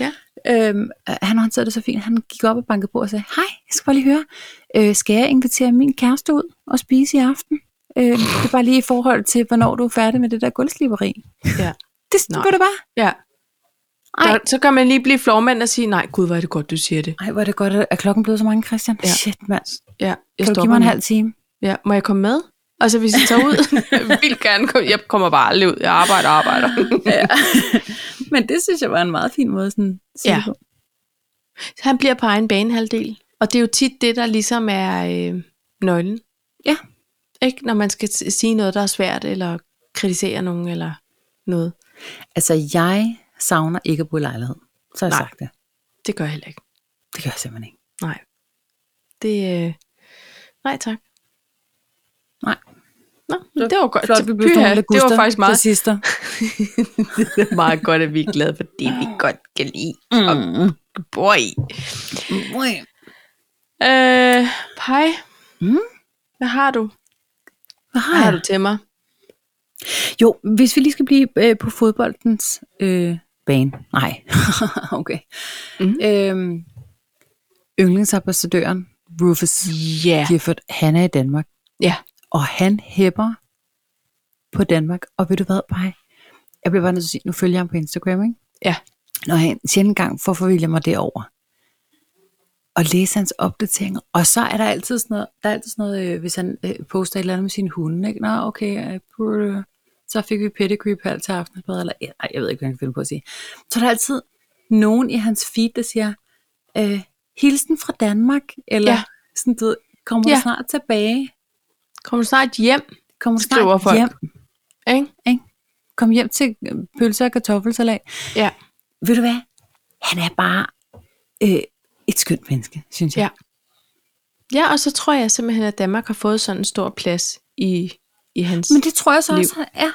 B: Ja.
A: Øhm, øh, han håndterede det så fint. Han gik op og bankede på og sagde, hej, jeg skal bare lige høre, øh, skal jeg invitere min kæreste ud og spise i aften? Øh, det er bare lige i forhold til, hvornår du er færdig med det der gulvsliberi.
B: Ja.
A: Det
B: Nej.
A: skulle det bare. *laughs*
B: ja.
A: Ej.
B: Der, så kan man lige blive flormand og sige, nej gud, hvor er det godt, du siger det.
A: Ej, hvor er det godt, at klokken blev så mange, Christian.
B: Ja.
A: Ja. Shit, mand.
B: Ja, jeg
A: Kan du give
B: stopper
A: mig en
B: nu.
A: halv time?
B: Ja, må jeg komme med? Og så hvis I tager ud,
A: *laughs*
B: *laughs* vil gerne komme. Jeg kommer bare aldrig ud. Jeg arbejder og arbejder.
A: Men det synes jeg var en meget fin måde. Sådan, at sige
B: Ja.
A: det på.
B: Han bliver på egen banehalvdel. Og det er jo tit det, der ligesom er øh, nøglen.
A: Ja.
B: Ikke? Når man skal s- sige noget, der er svært, eller kritisere nogen, eller noget.
A: Altså, jeg savner ikke at bo i lejlighed. Så har jeg
B: Nej.
A: sagt det.
B: Det gør jeg heller ikke.
A: Det gør jeg simpelthen ikke.
B: Nej. Det, øh, nej tak.
A: Nej.
B: Nå, det var godt.
A: Flot, vi blev sådan
B: Pyha,
A: nogle
B: det var
A: laguster
B: faktisk meget,
A: til sidster.
B: det er meget godt, at vi er glade for det, vi godt kan lide og bor i. Øh, Pai,
A: Mm.
B: hvad har du? Hvad
A: Hvad
B: har
A: har
B: du
A: du?
B: til mig?
A: Jo, hvis vi lige skal blive øh, på fodboldens øh, bane. Nej, *laughs* okay.
B: Mhm.
A: Mm. Øhm, yndlingsambassadøren Rufus
B: Ja.
A: Gifford, han er i Danmark.
B: Ja.
A: Og han hæpper på Danmark. Og ved du hvad, Paj? Jeg bliver bare nødt til at sige, nu følger jeg ham på Instagram, ikke?
B: Ja.
A: Når han sjældent gang for forvilder mig derover og læse hans opdateringer. Og så er der altid sådan noget, der er altid sådan noget øh, hvis han øh, poster et eller andet med sine hunde, ikke? Nå, okay, øh, brr, så fik vi pedigree på alt til aftensmad, eller ja, ej, jeg ved ikke, hvad han kan finde på at sige. Så er der er altid nogen i hans feed, der siger, øh, hilsen fra Danmark, eller
B: Ja.
A: ja. sådan, du ved, kommer du
B: Ja.
A: snart tilbage?
B: Kommer du snart hjem?
A: Kommer du
B: Skriver
A: snart
B: folk.
A: hjem?
B: Ikke?
A: Kom hjem til øh, pølser og kartoffelsalat.
B: Ja.
A: Ved du hvad? Han er bare øh, et skønt menneske, synes jeg.
B: Ja. Ja, og så tror jeg simpelthen, at Danmark har fået sådan en stor plads i, i hans...
A: Men det tror jeg så
B: liv.
A: også, han er.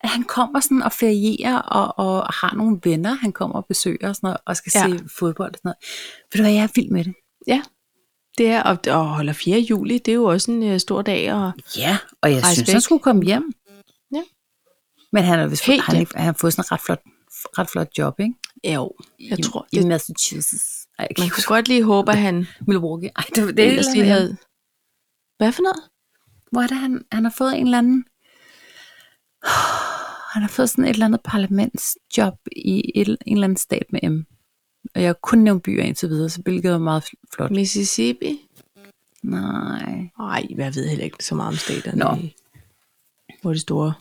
A: At han kommer sådan og ferierer og, og har nogle venner, han kommer og besøger og sådan noget, og skal
B: Ja.
A: ja. se fodbold og sådan noget. Ved du hvad, jeg er vild med det.
B: Ja, det er, og, og holder 4. juli, det er jo også en uh, stor dag, og
A: Ja, og jeg
B: Rejse
A: Rejse synes,
B: væk.
A: han skulle komme hjem.
B: Ja.
A: Men han har, vist,
B: Helt
A: har han,
B: hjem.
A: ikke, han har fået sådan et ret flot, ret flot job, ikke?
B: jo, jeg
A: I,
B: tror,
A: I
B: det,
A: Massachusetts. Ej, jeg kan
B: man
A: ikke
B: kunne
A: huske.
B: godt lige håbe, at han
A: Milwaukee. Ej, det, det er
B: ellers
A: ellers,
B: lige havde... Hvad for noget?
A: Hvor er det, han, han har fået en eller anden... Han har fået sådan et eller andet parlamentsjob i et, en eller anden stat med M. Og jeg har kun nævnt byer indtil videre, så hvilket var meget fl- flot.
B: Mississippi?
A: Nej.
B: Nej, jeg ved heller ikke så meget om staterne.
A: Nå.
B: i- Hvor det store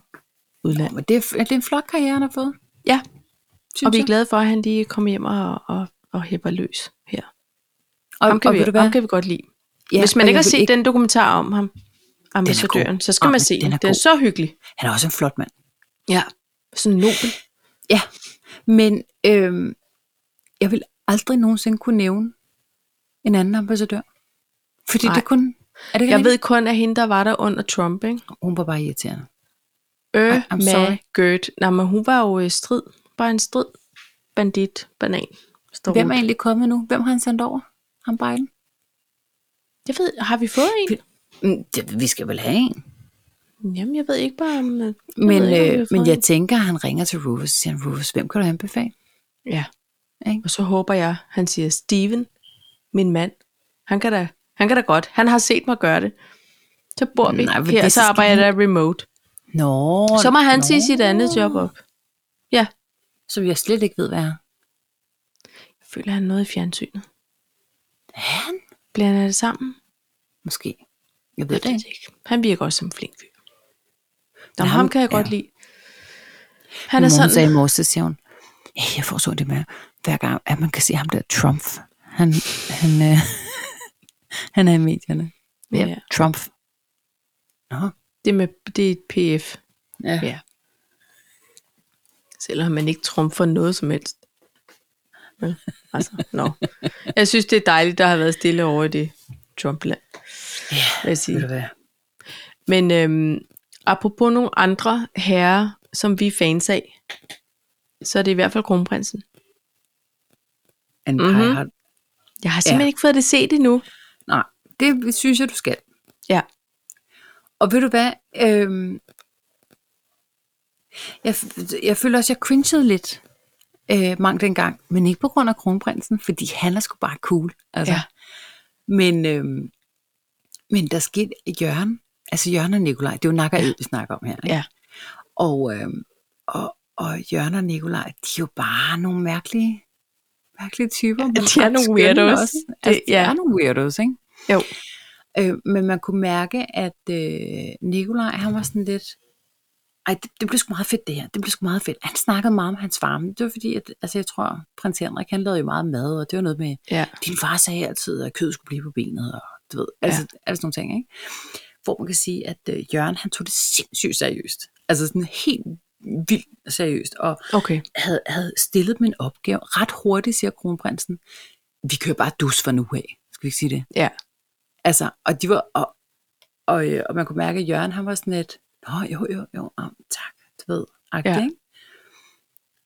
B: udland.
A: Men det er, det er en flot karriere, han har fået.
B: Ja,
A: Synes
B: og vi er
A: jeg.
B: glade for, at han lige kommer hjem og, og, og hæpper løs her.
A: Og,
B: ham, kan
A: og
B: vi,
A: ved du hvad?
B: ham kan vi godt lide.
A: Ja,
B: Ja, Hvis
A: og
B: man
A: jeg
B: ikke har
A: vil
B: set ikke... den dokumentar om ham, ambassadøren,
A: god.
B: så skal
A: Ah,
B: man
A: men
B: se den.
A: den er
B: Den er
A: god.
B: så hyggelig.
A: Han er også en flot mand.
B: Ja. Sådan nobel.
A: Ja, men øhm, jeg vil aldrig nogensinde kunne nævne en anden ambassadør. Fordi
B: Nej.
A: det kun... Er det ikke
B: Jeg
A: rigtigt?
B: ved kun, at hende, der var der under Trump, ikke?
A: Hun var bare irriterende.
B: Øh,
A: Ah, I'm sorry.
B: Gert. Nej, men hun var jo øh, strid. Bare en strid. Bandit. Banan. Står
A: Hvem er
B: rundt.
A: egentlig kommet nu? Hvem har han sendt over? Ham Biden?
B: Jeg ved, har vi fået en?
A: Mm, Det, vi skal vel have en.
B: Jamen, jeg ved ikke bare om... øh, jeg
A: Men,
B: ved ikke, om vi har
A: øh, men
B: fået
A: jeg
B: en.
A: tænker, at han ringer til Rufus og siger, Rufus, hvem kan du anbefale?
B: Ja.
A: Ikke?
B: Og så håber jeg, han siger, Steven, min mand, han kan da, han kan da godt. Han har set mig gøre det. Så bor vi
A: Nej,
B: Nej,
A: men
B: her,
A: det
B: og så
A: skal
B: arbejder jeg remote.
A: Nå,
B: Så må han
A: nå.
B: sige sit andet job op. Ja,
A: Som jeg slet ikke ved, hvad er.
B: jeg føler han noget i fjernsynet.
A: Han?
B: Bliver han af det sammen?
A: Måske. Jeg ved det ikke.
B: ikke. Han virker også som en flink fyr. Nå,
A: Men
B: ham,
A: ham-
B: kan jeg godt
A: ja.
B: lide. Han er
A: Min mor,
B: sådan,
A: hun sagde i morges, så siger hun, "Ja, jeg får så det med, hver gang, at man kan se ham der Trump. Han, han, øh, *laughs* han er i medierne.
B: Ja.
A: Trump. Nå.
B: det, med, det er et PF.
A: Ja.
B: Ja. Selvom man ikke trumfer noget som helst. Vel? Altså, no. Jeg synes, det er dejligt, der har været stille over i det Trumpland. Ja, vil jeg sige.
A: hvad?
B: Men øhm, apropos nogle andre herrer, som vi er fans af, så er det i hvert fald kronprinsen.
A: En
B: Mhm.
A: mm-hmm. har...
B: Jeg har simpelthen
A: Ja.
B: ja. ikke fået det set endnu.
A: Nej, det synes jeg, du skal.
B: Ja.
A: Og ved du hvad? Øhm, jeg, f- jeg føler også, jeg cringede lidt øh, mange dengang, men ikke på grund af kronprinsen, fordi han er sgu bare cool. Altså.
B: Ja.
A: Men, øhm, men der skete Jørgen, altså Jørgen og Nikolaj, det er jo nakker ja. vi snakker om her. Ikke?
B: Ja.
A: Og, øhm, og, og Jørgen og Nikolaj, de er jo bare nogle mærkelige, mærkelige typer. men
B: de er
A: ret
B: nogle
A: skønne
B: weirdos.
A: Også.
B: Det-
A: Altså, de
B: ja.
A: er nogle weirdos, ikke?
B: Jo.
A: Øh, men man kunne mærke, at øh, Nikolaj, han var sådan lidt, ej, det, det blev sgu meget fedt det her, det blev sgu meget fedt. Han snakkede meget om hans far, men det var fordi, at, altså jeg tror, prins Henrik, han lavede jo meget mad, og det var noget med,
B: Ja.
A: din far sagde altid, at kødet skulle blive på benet, og du ved, altså, ja. altså nogle ting, ikke? Hvor man kan sige, at øh, Jørgen, han tog det sindssygt seriøst. Altså sådan helt vildt seriøst, og
B: Okay.
A: havde, havde stillet dem en opgave. Ret hurtigt, siger kronprinsen, vi kører bare dus for nu af. Skal vi ikke sige det?
B: Ja.
A: Altså, og de var, og, og, øh, og man kunne mærke, at Jørgen, han var sådan lidt, nå jo, jo, jo, om, tak, du ved, agtig,
B: Ja.
A: ja. ikke?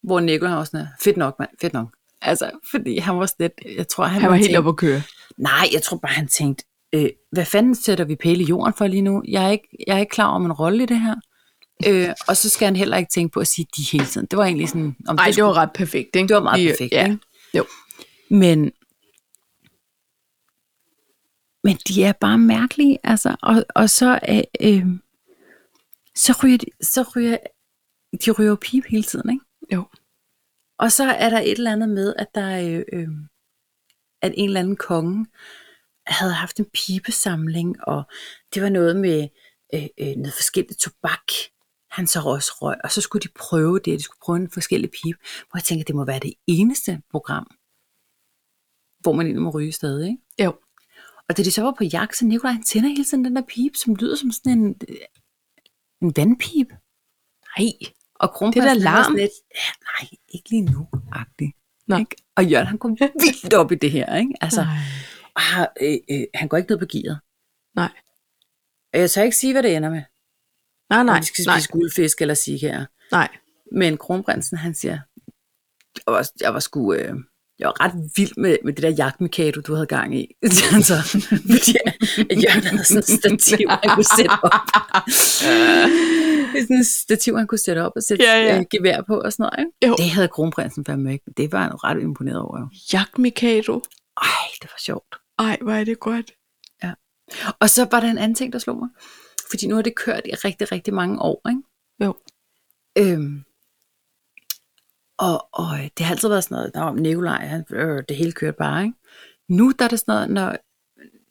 A: Hvor Nico han var sådan, her, fedt nok, mand, fedt nok. Altså, fordi han var sådan lidt, jeg tror, han,
B: Han var helt
A: tænkte,
B: oppe at køre.
A: Nej, jeg tror bare, han tænkte, øh, hvad fanden sætter vi pæle i jorden for lige nu? Jeg er ikke, jeg er ikke klar om en rolle i det her. Øh, og så skal han heller ikke tænke på at sige de hele tiden. Det var egentlig sådan... Om
B: Nej, det
A: skulle-
B: var ret perfekt, ikke?
A: det var meget
B: Lige-
A: perfekt,
B: Ja.
A: ikke?
B: Jo.
A: Men, men de er bare mærkelige, altså. Og, og så, øh, øh, så ryger de, så ryger, de ryger jo pipe hele tiden, ikke?
B: Jo.
A: Og så er der et eller andet med, at der er, øh, øh, at en eller anden konge havde haft en pibesamling, og det var noget med øh, øh, noget forskelligt tobak, han så også røg, og så skulle de prøve det, de skulle prøve en forskellig pibe, hvor jeg tænker, det må være det eneste program, hvor man egentlig må ryge stadig, ikke?
B: Jo.
A: Og da de så var på jagt, så Nikolaj, han tænder hele tiden den der pipe, som lyder som sådan en, øh, en vandpipe.
B: Nej.
A: Og kronprinsen,
B: Det er
A: han
B: da
A: var
B: larm.
A: sådan lidt, ja, nej, ikke lige nu, agtig.
B: Nå.
A: Ikke? Og Jørgen, han går vildt op i det her, ikke? Altså,
B: Nej.
A: og har, øh, øh, han går ikke ned på gear.
B: Nej.
A: Og Jeg tør ikke sige, hvad det ender med.
B: Nej, nej,
A: om de skal
B: nej,
A: spise guldfisk eller sige her.
B: nej.
A: Men kronprinsen, han siger, jeg var, jeg var sgu... Øh, jeg var ret vild med, med det der jagtmikado, du havde gang i. *laughs* siger han så, fordi Jørgen havde sådan et stativ, han kunne sætte op. Det er sådan et stativ, han kunne sætte op og sætte
B: Ja,
A: ja,
B: ja.
A: ja. Øh, gevær på og sådan noget.
B: Jo.
A: Ikke? Det havde kronprinsen fandme ikke. men Det var han jo ret imponeret over. Jo.
B: Jagt Mikado.
A: Ej, det var sjovt.
B: Ej, hvor er det godt.
A: Og så var der en anden ting, der slog mig. Fordi nu har det kørt i rigtig, rigtig mange år. Ikke?
B: Jo.
A: Øhm, Og, og øh, det har altid været sådan noget, der om Nikolaj, han, øh, det hele kørte bare, ikke? Nu der er det sådan noget, når,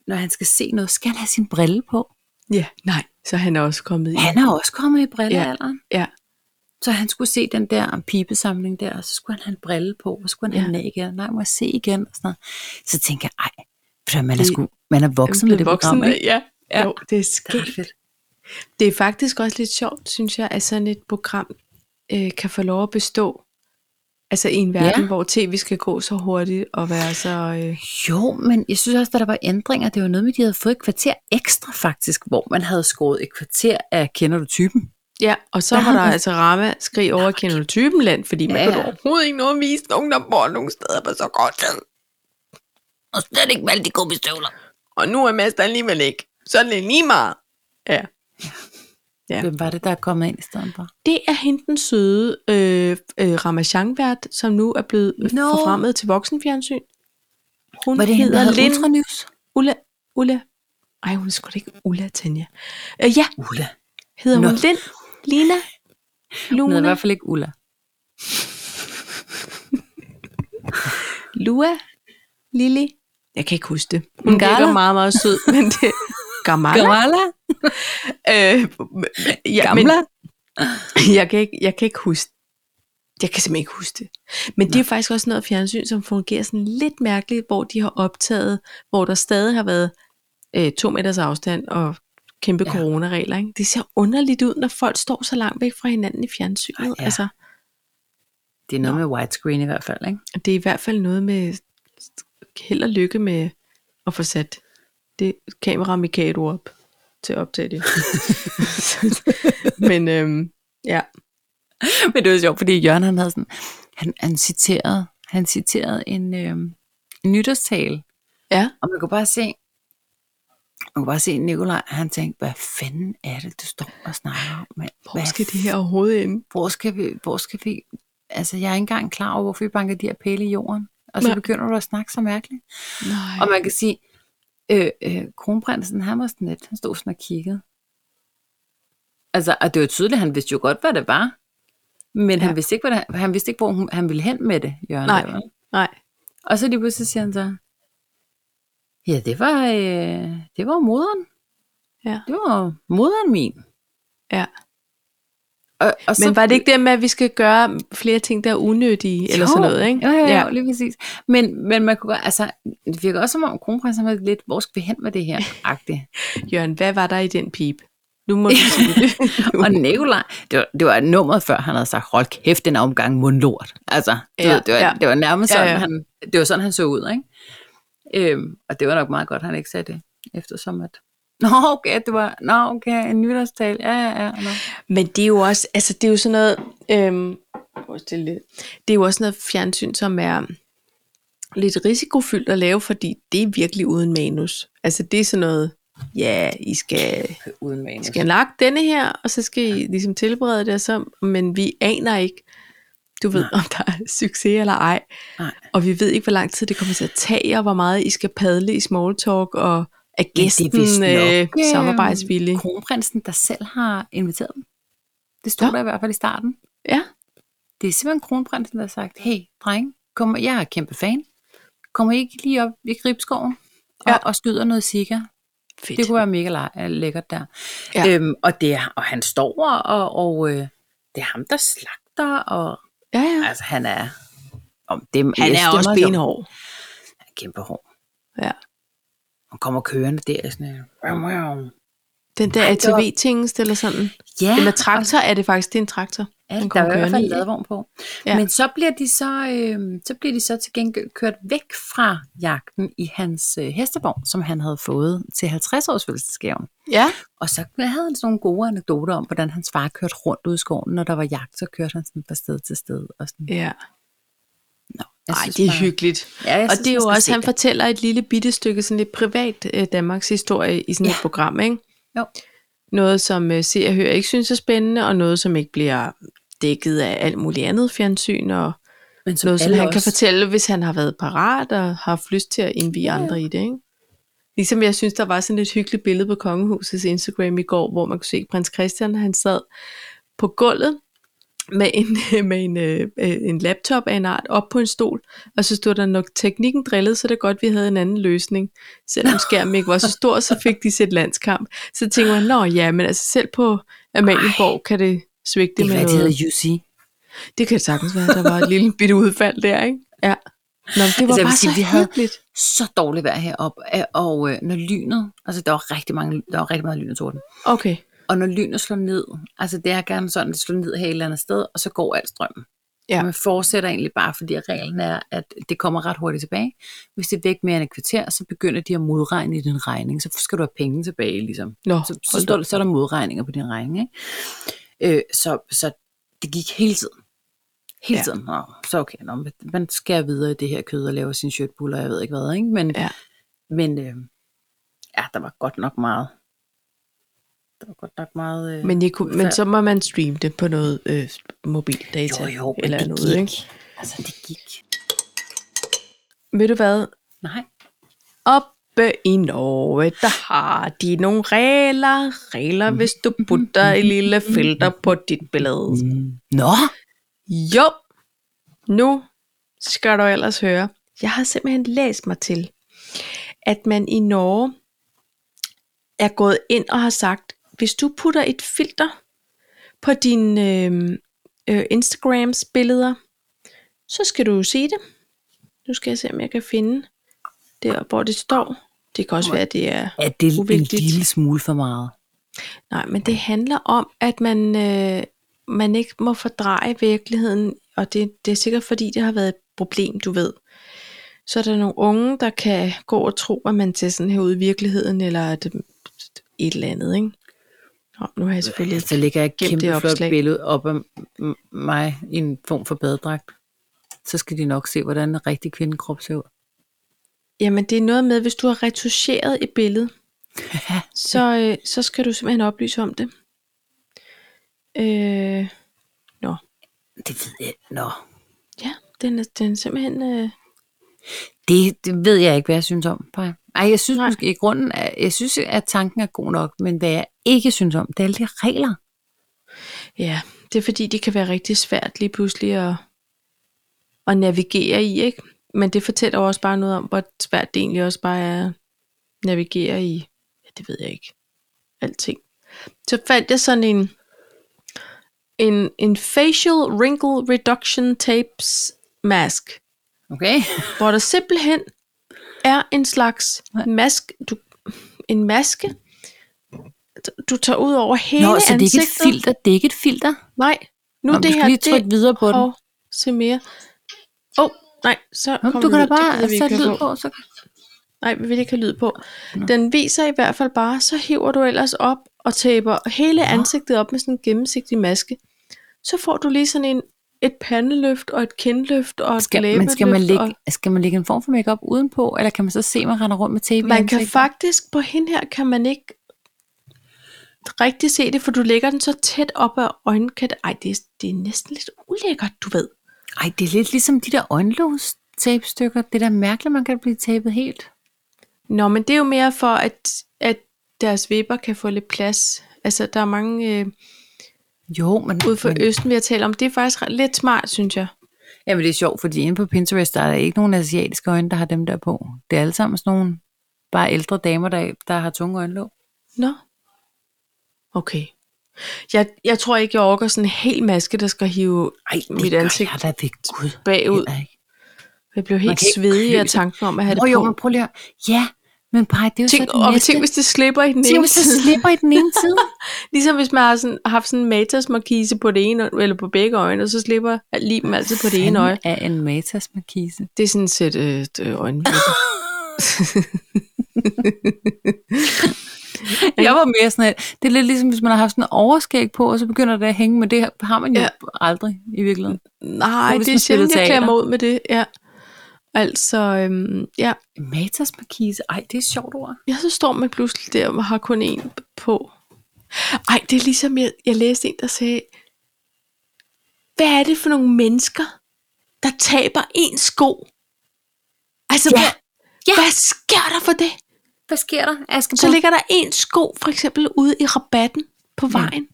A: når han skal se noget, skal han have sin brille på.
B: Ja, nej, så han er også kommet i.
A: Han er også kommet i brillealderen.
B: Ja,
A: Så han skulle se den der pibesamling der, og så skulle han have en brille på, og så skulle han have
B: Ja.
A: den af igen. Nej, må jeg se igen? Og sådan noget. Så tænker jeg, ej, for man er,
B: Det-
A: sgu, man er voksen med det program, ikke?
B: ja.
A: Ja.
B: Jo, det er
A: Det er
B: skægt.
A: ret fedt.
B: Det er faktisk også lidt sjovt, synes jeg, at sådan et program øh, kan få lov at bestå. Altså i en verden, ja.
A: Ja.
B: hvor tv skal gå så hurtigt og være så... Øh,
A: Jo, men jeg synes også, at der var ændringer. Det var noget med, at de havde fået et kvarter ekstra faktisk, hvor man havde skåret et kvarter af Kender du typen?
B: ja, og så
A: Der
B: var
A: har
B: der
A: man-
B: altså Rama skrig over, kender du typen land, fordi man
A: Ja,
B: ja. kan
A: ja.
B: overhovedet ikke nå at vise nogen, der bor nogen steder på så kort tid.
A: Og slet ikke med alle de gummistøvler.
B: Og nu er Mads der alligevel ikke. Sådan er det lige meget. Ja. Ja.
A: Hvem var det, der er kommet ind i stedet for?
B: Det er hende den søde øh, øh, Ramachan-vært, som nu er blevet no.
A: Nå.
B: forfremmet til voksenfjernsyn. Hun
A: Var det hende, der
B: hedder
A: havde
B: Lind
A: Ultra News?
B: Ulla, Ulla, ej hun er sgu da ikke Ulla Tanja. Øh, ja,
A: Ulla.
B: hedder hun
A: Nå.
B: Lind, Lina,
A: Hun
B: Luna,
A: hedder i hvert fald ikke Ulla.
B: Lua, Lili. Jeg kan ikke huske det. Hun
A: Ngala.
B: virker meget, meget sød, men *laughs* det... Gamala?
A: Gamala?
B: Øh, ja, men,
A: Gamla?
B: jeg, kan ikke, jeg kan ikke huske jeg kan simpelthen ikke huske det. Men det er faktisk også noget fjernsyn, som fungerer sådan lidt mærkeligt, hvor de har optaget, hvor der stadig har været øh, to meters afstand og kæmpe
A: Ja.
B: ja. coronaregler. Ikke? Det ser underligt ud, når folk står så langt væk fra hinanden i fjernsynet.
A: Ja.
B: Ja. Altså,
A: Det er noget med widescreen i hvert fald, ikke?
B: det er i hvert fald noget med held og lykke med at få sat det kamera Mikado op til at optage *laughs* det. Men øhm, ja,
A: Men det var sjovt, fordi Jørgen han havde sådan, han, han citerede, han citerede en, øh, en nytårstale,
B: ja,
A: og man kunne bare se, man kunne bare se Nikolaj, han tænkte, hvad fanden er det, du står og snakker om? mand?
B: hvor
A: Hvad
B: skal det her overhovedet ende?
A: hvor skal vi, hvor skal vi, altså jeg er ikke engang klar over, hvorfor vi banker de her pæle i jorden, og så
B: Nej.
A: begynder du at snakke så mærkeligt.
B: Nej.
A: Og man kan sige, øh, øh, kronprinsen, han var sådan lidt, han stod sådan og kiggede. Altså, og det var tydeligt, han vidste jo godt, hvad det var, men ja.
B: Ja.
A: han, vidste ikke, hvad det, han vidste ikke, hvor hun, han ville hen med det, Jørgen.
B: Nej.
A: der, vel?
B: Nej.
A: Og så lige pludselig siger han så, ja, det var, øh, det var moderen.
B: Ja.
A: Det var moderen min.
B: Ja.
A: Og, og
B: Men var det ikke det med, at vi skal gøre flere ting, der er unødige, jo. eller sådan noget, ikke?
A: Jo, jo, jo,
B: Ja.
A: ja. lige præcis. Men, men man kunne godt, altså, det virker også som om kronprinsen var lidt, hvor skal vi hen med det
B: *laughs*
A: her, agtigt.
B: Jørgen, hvad var der i den pipe? Nu må vi sige det. *laughs*
A: og Nikolaj, det var, det var nummeret før, han havde sagt, hold kæft, den er omgang mundlort. Altså, du
B: Ja,
A: ja, ved, det, var,
B: ja.
A: ja. det var nærmest
B: Ja,
A: sådan, ja,
B: ja.
A: ja. Han, det var sådan, han så ud, ikke? Øhm, og det var nok meget godt, han ikke sagde det, eftersom at, *laughs* nå okay, det var, nå okay, en nytårstal, ja, ja, ja. Nå.
B: Men det er jo også, altså det er jo sådan noget, øhm, prøv at stille lidt. det er jo også noget fjernsyn, som er lidt risikofyldt at lave, fordi det er virkelig uden manus. Altså det er sådan noget, ja, I skal,
A: Uden manus.
B: I skal lagt denne her, og så skal I ligesom tilberede det, og så, men vi aner ikke, du ved, om der er succes eller ej.
A: Nej.
B: Og vi ved ikke, hvor lang tid det kommer til at tage, og hvor meget I skal padle i small talk, og er
A: det er
B: gæsten
A: vist nok,
B: øh,
A: øhm,
B: samarbejdsvillig.
A: Kronprinsen, der selv har inviteret dem. Det stod
B: Nå.
A: der i hvert fald i starten.
B: Ja,
A: Det er simpelthen kronprinsen, der har sagt, hey, dreng, kommer, jeg er kæmpe fan. Kommer I ikke lige op i Gribskoven og,
B: Ja.
A: ja. og skyder noget sikker?
B: fedt.
A: Det kunne være mega le- øh, lækkert der.
B: Ja.
A: Øhm, og, det er, og han står og, og øh, det er ham, der slagter, og
B: ja, altså ja.
A: altså, han er... Om dem,
B: Han
A: jeg
B: er
A: stemmer
B: også
A: jo.
B: benhård.
A: Han er kæmpe hård.
B: Ja.
A: Han kommer kørende der, sådan øh, en... Rum, rum.
B: Den der
A: Ej, det var-
B: ATV-tingest eller sådan.
A: Ja,
B: Eller traktor er det faktisk, det er en traktor.
A: Ja,
B: Den
A: der
B: kommer
A: er i hvert
B: kørende
A: fald
B: i.
A: en ladvogn på.
B: Ja.
A: Ja. Men så bliver, de så, øh, så bliver de så til gengæld kørt væk fra jagten i hans øh, hestevogn, som han havde fået til 50-års fødselsdagsgaven.
B: Ja,
A: Og så havde han sådan nogle gode anekdoter om, hvordan hans far kørte rundt ud i skoven, når der var jagt, så kørte han sådan fra sted til sted. Og sådan.
B: ja.
A: Nå, jeg
B: Ej,
A: synes
B: det er
A: bare-
B: hyggeligt.
A: Ja, jeg
B: Og
A: synes,
B: det er
A: man
B: jo
A: skal
B: også,
A: se
B: han
A: det.
B: fortæller et lille bitte stykke sådan lidt privat øh, Danmarks historie i sådan et
A: Ja.
B: program, ikke?
A: Jo.
B: Noget, som øh, ser og hører ikke synes er spændende, og noget, som ikke bliver dækket af alt muligt andet fjernsyn, og
A: Men som
B: noget, som
A: alle
B: han kan
A: os-
B: fortælle, hvis han har været parat og har haft lyst til at indvige ja. andre i det, ikke? Ligesom jeg synes, der var sådan et hyggeligt billede på Kongehusets Instagram i går, hvor man kunne se prins Christian, han sad på gulvet med en, *laughs* med en, øh, øh, en laptop af en art op på en stol, og så stod der nok teknikken drillet, så det er godt, vi havde en anden løsning.
A: *laughs*
B: Selvom skærmen ikke var så stor, så fik de sit landskamp. Så tænkte man, nå ja, men altså selv på Amalienborg kan det svigte
A: Det er,
B: med
A: hvad
B: noget.
A: det hedder UC.
B: Det kan det sagtens være, der var et lille bitte udfald der, ikke? Ja. Nå, men det var
A: Altså, jeg vil
B: bare
A: sige,
B: så
A: vi havde-
B: hyggeligt.
A: Så dårligt vejr heroppe, øh, og øh, når lynet, altså der var rigtig, mange, der var rigtig meget lyn og torden,
B: Okay.
A: og når lynet slår ned, altså det er gerne sådan, at det slår ned her et eller andet sted, og så går alt strømmen.
B: Ja.
A: Og Man fortsætter egentlig bare, fordi reglen er, at det kommer ret hurtigt tilbage. Hvis det er væk mere end et kvarter, så begynder de at modregne i din regning, så skal du have penge tilbage ligesom.
B: Nå,
A: Så, så,
B: hold
A: står
B: da.
A: der, så er der modregninger på din regning. Ikke? Øh, så, så det gik hele tiden. Hele
B: Ja.
A: ja. tiden. Nå, så okay, nå, men man skærer videre i det her kød og laver sin shirtbuller, jeg ved ikke hvad. Ikke? Men,
B: Ja.
A: men øh, ja, der var godt nok meget. Der var godt nok meget... Øh,
B: men, I kunne, men så må man streame det på noget øh, mobildata
A: jo, jo, men
B: eller
A: det
B: noget,
A: gik.
B: ikke?
A: Altså, det gik.
B: Ved du hvad?
A: Nej.
B: Oppe i Norge, der har de nogle regler, regler, hvis du putter et lille filter på dit billede.
A: Nå,
B: Jo, nu skal du ellers høre. Jeg har simpelthen læst mig til, at man i Norge er gået ind og har sagt, hvis du putter et filter på dine øh, øh, Instagrams billeder, så skal du sige det. Nu skal jeg se, om jeg kan finde der, hvor det står. Det kan også være, at det er
A: er det
B: Uvigtigt.
A: en lille smule for meget?
B: Nej, men det handler om, at man, øh, man ikke må fordreje virkeligheden, og det, det er sikkert fordi, det har været et problem, du ved. Så er der nogle unge, der kan gå og tro, at man ser sådan her ud i virkeligheden, eller at, øh, et eller andet, ikke? Nå, nu har jeg selvfølgelig
A: Så lægger jeg Altså, et
B: Gem det
A: kæmpe flot
B: opslag.
A: billede op af m- mig i en form for badedragt. Så skal de nok se, hvordan en rigtig kvindekrop ser ud.
B: Jamen, det er noget med, hvis du har retuscheret et billede,
A: Ja.
B: så, øh, så skal du simpelthen oplyse om det. Øh,
A: Det ved jeg. Nå,
B: ja, den er, den er simpelthen... Øh,
A: det, det ved jeg ikke, hvad jeg synes om. Paj. Ej, jeg synes
B: Nej.
A: Nej. måske i grunden, at, jeg synes, at tanken er god nok, men hvad jeg ikke synes om, det er alle de regler.
B: Ja, det er fordi, det kan være rigtig svært lige pludselig at, at navigere i, ikke? Men det fortæller jo også bare noget om, hvor svært det egentlig også bare er at navigere i, ja, det ved jeg ikke, alting. Så fandt jeg sådan en, en, en facial wrinkle reduction tapes mask,
A: Okay?
B: hvor der simpelthen er en slags mask, du, en maske, du tager ud over hele
A: Nå, så det er ikke
B: ansigtet.
A: et filter. Det er ikke et filter.
B: Nej, nu Nå,
A: Nå, men
B: det
A: du skal
B: her,
A: lige trykke
B: det
A: videre på den.
B: og se mere. Åh, oh, nej, så
A: Nå,
B: kom
A: du
B: det
A: kan da
B: ud. Det gider
A: bare
B: vi
A: sætte
B: ikke
A: lyd
B: høre
A: på, så kan
B: Nej, vi vil ikke have lyd på. Den viser i hvert fald bare, så hiver du ellers op og taber hele ansigtet op med sådan en gennemsigtig maske. Så får du lige sådan en, et pandeløft og et kindløft og et
A: Skal, men
B: læbeløft.
A: skal man,
B: og
A: lægge, skal man lægge en form for makeup udenpå, eller kan man så se, at man render rundt med tape i
B: man kan
A: ansigtet?
B: faktisk, på hende her kan man ikke rigtig se det, for du lægger den så tæt op af øjenkatten. Ej, det er, det er næsten lidt ulækkert, du ved.
A: Ej, det er lidt ligesom de der øjenlås tapestykker. Det er da mærkeligt, man kan blive tabet helt.
B: Nå, men det er jo mere for, at, at deres vipper kan få lidt plads. Altså, der er mange øh,
A: Jo, men,
B: ude for
A: men,
B: Østen, vi har talt om. Det er faktisk ret- lidt smart, synes jeg.
A: jamen, det er sjovt, fordi inde på Pinterest, der er der ikke nogen asiatiske øjne, der har dem der på. Det er alle sammen sådan nogle bare ældre damer, der, der har tunge øjenlåg.
B: Nå. Okay. Jeg, jeg tror ikke, jeg orker sådan en hel maske, der skal hive Ej, mit ansigt.
A: gør jeg da ved Gud.
B: bagud.
A: heller ikke.
B: Jeg blev helt
A: kan ikke
B: svedig af
A: klø-
B: tanken om at have
A: Nå,
B: det
A: jo,
B: på.
A: men prøv lige at... Ja, men pej, det er jo
B: Tænk,
A: så
B: og
A: det næste.
B: tænk, hvis det slipper i den
A: Tænk,
B: ene
A: hvis det
B: side. *laughs*
A: slipper i den ene side.
B: Ligesom hvis man har sådan, haft sådan en matasmarkise på det ene, ø- eller på begge øjne, og så slipper limen altid på det ene øje.
A: er en
B: *laughs*
A: matasmarkise.
B: Det er sådan set øh, et øh, øjenvipper.
A: Jeg var mere sådan, at det er lidt ligesom, hvis man har haft sådan en overskæg på, og så begynder det at hænge, men det har man jo
B: Ja.
A: ja. aldrig i virkeligheden.
B: Nej,
A: Kun hvis
B: det er
A: man spiller
B: sjældent, jeg klæder
A: teater.
B: mig ud med det. Ja. Altså, øhm, ja.
A: Matas markise, ej, det er et sjovt ord.
B: ja, så står man pludselig der og har kun én på. Ej, det er ligesom, jeg, jeg læste en, der sagde, hvad er det for nogle mennesker, der taber en sko? Altså, ja.
A: Ja.
B: Hvad, ja.
A: Ja.
B: hvad sker der for det?
A: Hvad sker der? Aske
B: Så ligger der en sko, for eksempel, ude i rabatten på vejen.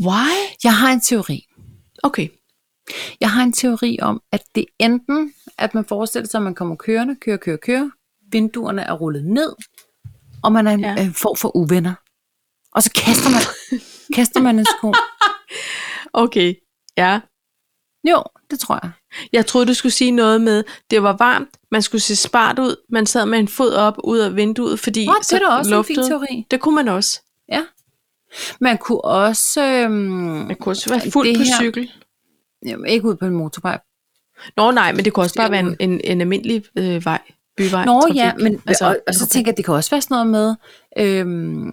B: Why?
A: Jeg har en teori.
B: Okay.
A: Jeg har en teori om, at det er enten, at man forestiller sig, at man kommer kørende, kører, kører, kører, vinduerne er rullet ned, og man er en
B: Ja.
A: ja. form for uvenner. Og så kaster man, kaster man en sko.
B: Okay. Ja.
A: Jo, det tror jeg.
B: Jeg troede, du skulle sige noget med, det var varmt, man skulle se smart ud, man sad med en fod op ud af vinduet, fordi
A: Nå, det er da også
B: luftede.
A: en fin teori.
B: Det kunne man også.
A: Ja. Man kunne også, øhm,
B: Man kunne også være fuld
A: Det
B: på
A: her-
B: cykel.
A: jamen, ikke ud på en motorvej.
B: Nå nej, men det kunne også bare være en,
A: Derude.
B: en, en almindelig øh, vej, byvej.
A: Nå
B: trafik.
A: ja, men, altså, og, og så
B: okay.
A: tænker jeg, det kan også være sådan noget med, øhm,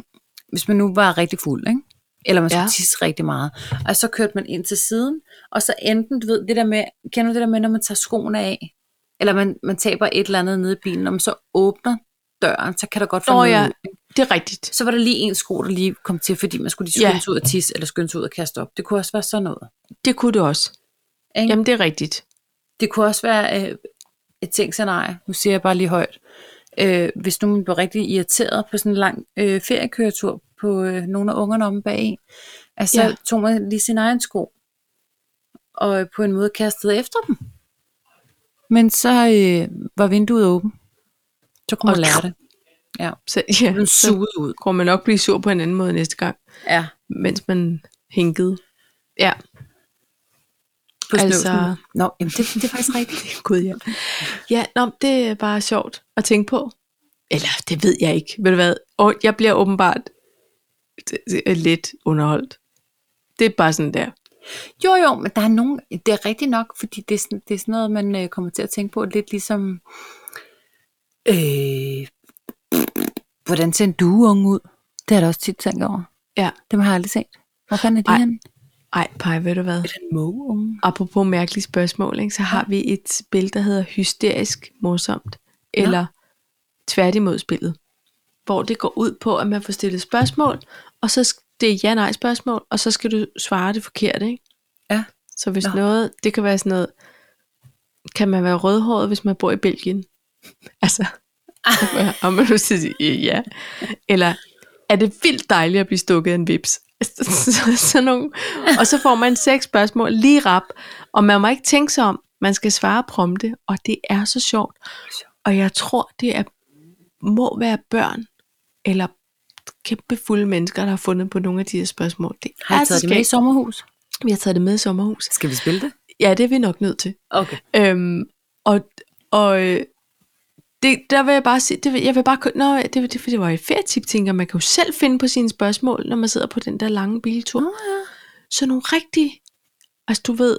A: hvis man nu var rigtig fuld, ikke? eller man skulle
B: Ja.
A: ja. tisse rigtig meget, og så kørte man ind til siden, og så enten, du ved, det der med, kender du det der med, når man tager skoene af, eller man, man taber et eller andet nede i bilen, og man så åbner døren, så kan der godt
B: Nå
A: falde
B: ja,
A: noget ud.
B: det er rigtigt.
A: Så var der lige en sko, der lige kom til, fordi man skulle lige
B: Ja.
A: skynde sig ud og tisse, eller skynde sig ud og kaste op. Det kunne også være sådan noget.
B: Det kunne det også.
A: Ikke?
B: Jamen det er rigtigt.
A: Det kunne også være øh, et tænkt scenarie, nu siger jeg bare lige højt. Øh, hvis nu man blev rigtig irriteret på sådan en lang øh, feriekøretur på øh, nogle af ungerne omme bag en, altså
B: Ja.
A: så tog man lige sin egen sko, og øh, på en måde kastede efter dem. Men så øh, var vinduet åbent. Så kunne
B: Og
A: man lære det. Ja.
B: Så, ja,
A: Den
B: så
A: sugede ud.
B: kunne man nok blive sur på en anden måde næste gang,
A: Ja.
B: mens man hinkede. Ja,
A: På
B: Altså-
A: altså... Nå, jamen det, det er faktisk rigtigt.
B: gud ja. Ja, nå, det er bare sjovt at tænke på. Eller det ved jeg ikke, ved du hvad? Og jeg bliver åbenbart det- det er lidt underholdt. Det er bare sådan der.
A: Jo, jo, men der er nogen, det er rigtigt nok, fordi det er sådan, det er sådan noget, man øh, kommer til at tænke på, lidt ligesom, øh, hvordan ser en dueunge ud? Det har jeg da også tit tænkt over.
B: Ja.
A: Dem har jeg aldrig set. Hvor fanden er de
B: Ej.
A: henne?
B: Ej, Paj, ved du hvad?
A: Er det en mågeunge?
B: Apropos mærkelige spørgsmål, ikke, så har vi et spil, der hedder hysterisk morsomt, eller tværtimod spillet, hvor det går ud på, at man får stillet spørgsmål, og så sk- det er ja-nej spørgsmål, og så skal du svare det forkerte. Ikke?
A: Ja.
B: Så hvis
A: Nå.
B: Nå. noget, det kan være sådan noget, kan man være rødhåret, hvis man bor i Belgien? *laughs* altså, om man nu siger øh, ja. Eller er det vildt dejligt at blive stukket af en vips? Altså, *laughs* Så- Sådan nogle. Og så får man seks spørgsmål lige rap, og man må ikke tænke sig om, man skal svare prompte, og det er så sjovt. Og jeg tror, det er, må være børn, eller kæmpe fulde mennesker, der har fundet på nogle af de her spørgsmål. Det
A: Har
B: er
A: jeg
B: så
A: taget det med i
B: skægt.
A: sommerhus?
B: Vi har taget det med i sommerhuset.
A: Skal vi spille det?
B: Ja, det er vi nok nødt til.
A: Okay.
B: Øhm, og og øh, det, der vil jeg bare sige, det, vil- jeg vil bare, kun- nå, det, det, det var et ferietip, tænker jeg. man kan jo selv finde på sine spørgsmål, når man sidder på den der lange biltur.
A: Nå, ja.
B: Så nogle rigtige, altså du ved,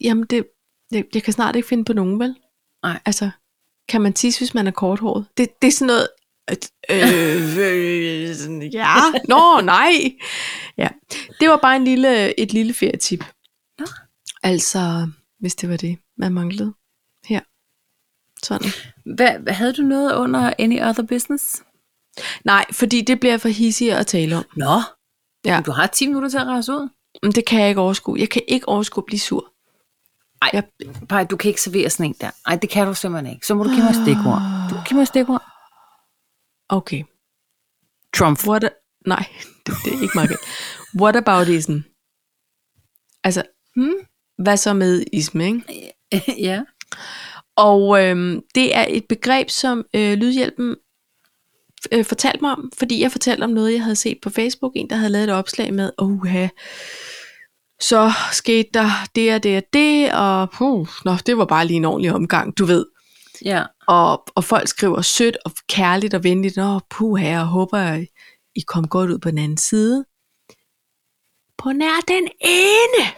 B: jamen det, jeg, jeg kan snart ikke finde på nogen, vel?
A: Nej.
B: Altså, kan man tisse, hvis man er korthåret? Det, det er sådan noget, at, øh, øh, sådan,
A: *laughs*
B: ja, *laughs* nå, nej. Ja, det var bare en lille, et lille ferietip.
A: Nå.
B: Altså, hvis det var det, man manglede her. Sådan.
A: Hvad, hvad, havde du noget under Any Other Business?
B: Nej, fordi det bliver for hissigt at tale om.
A: Nå,
B: Ja.
A: ja. du har 10 minutter til at rejse ud.
B: Men det kan jeg ikke overskue. Jeg kan ikke overskue at blive sur.
A: Ej,
B: Jeg-
A: jeg... Paj, du kan ikke servere sådan en der. Ej, det kan du simpelthen ikke. Så må du give mig et stikord. Du må give mig et stikord.
B: Okay.
A: Trump.
B: What a, nej, *laughs* det, det er ikke meget What about ism? Altså,
A: Hmm?
B: hvad så med ism, ikke?
A: *laughs* ja.
B: Og øhm, det er et begreb, som øh, Lydhjælpen øh, fortalte mig om, fordi jeg fortalte om noget, jeg havde set på Facebook. En, der havde lavet et opslag med, oha, så skete der det og det og det, og puh, nå, det var bare lige en ordentlig omgang, du ved.
A: Ja.
B: Og, og folk skriver sødt og kærligt og venligt, Nå, puha, jeg håber, I- I kom godt ud på den anden side. På nær den ene,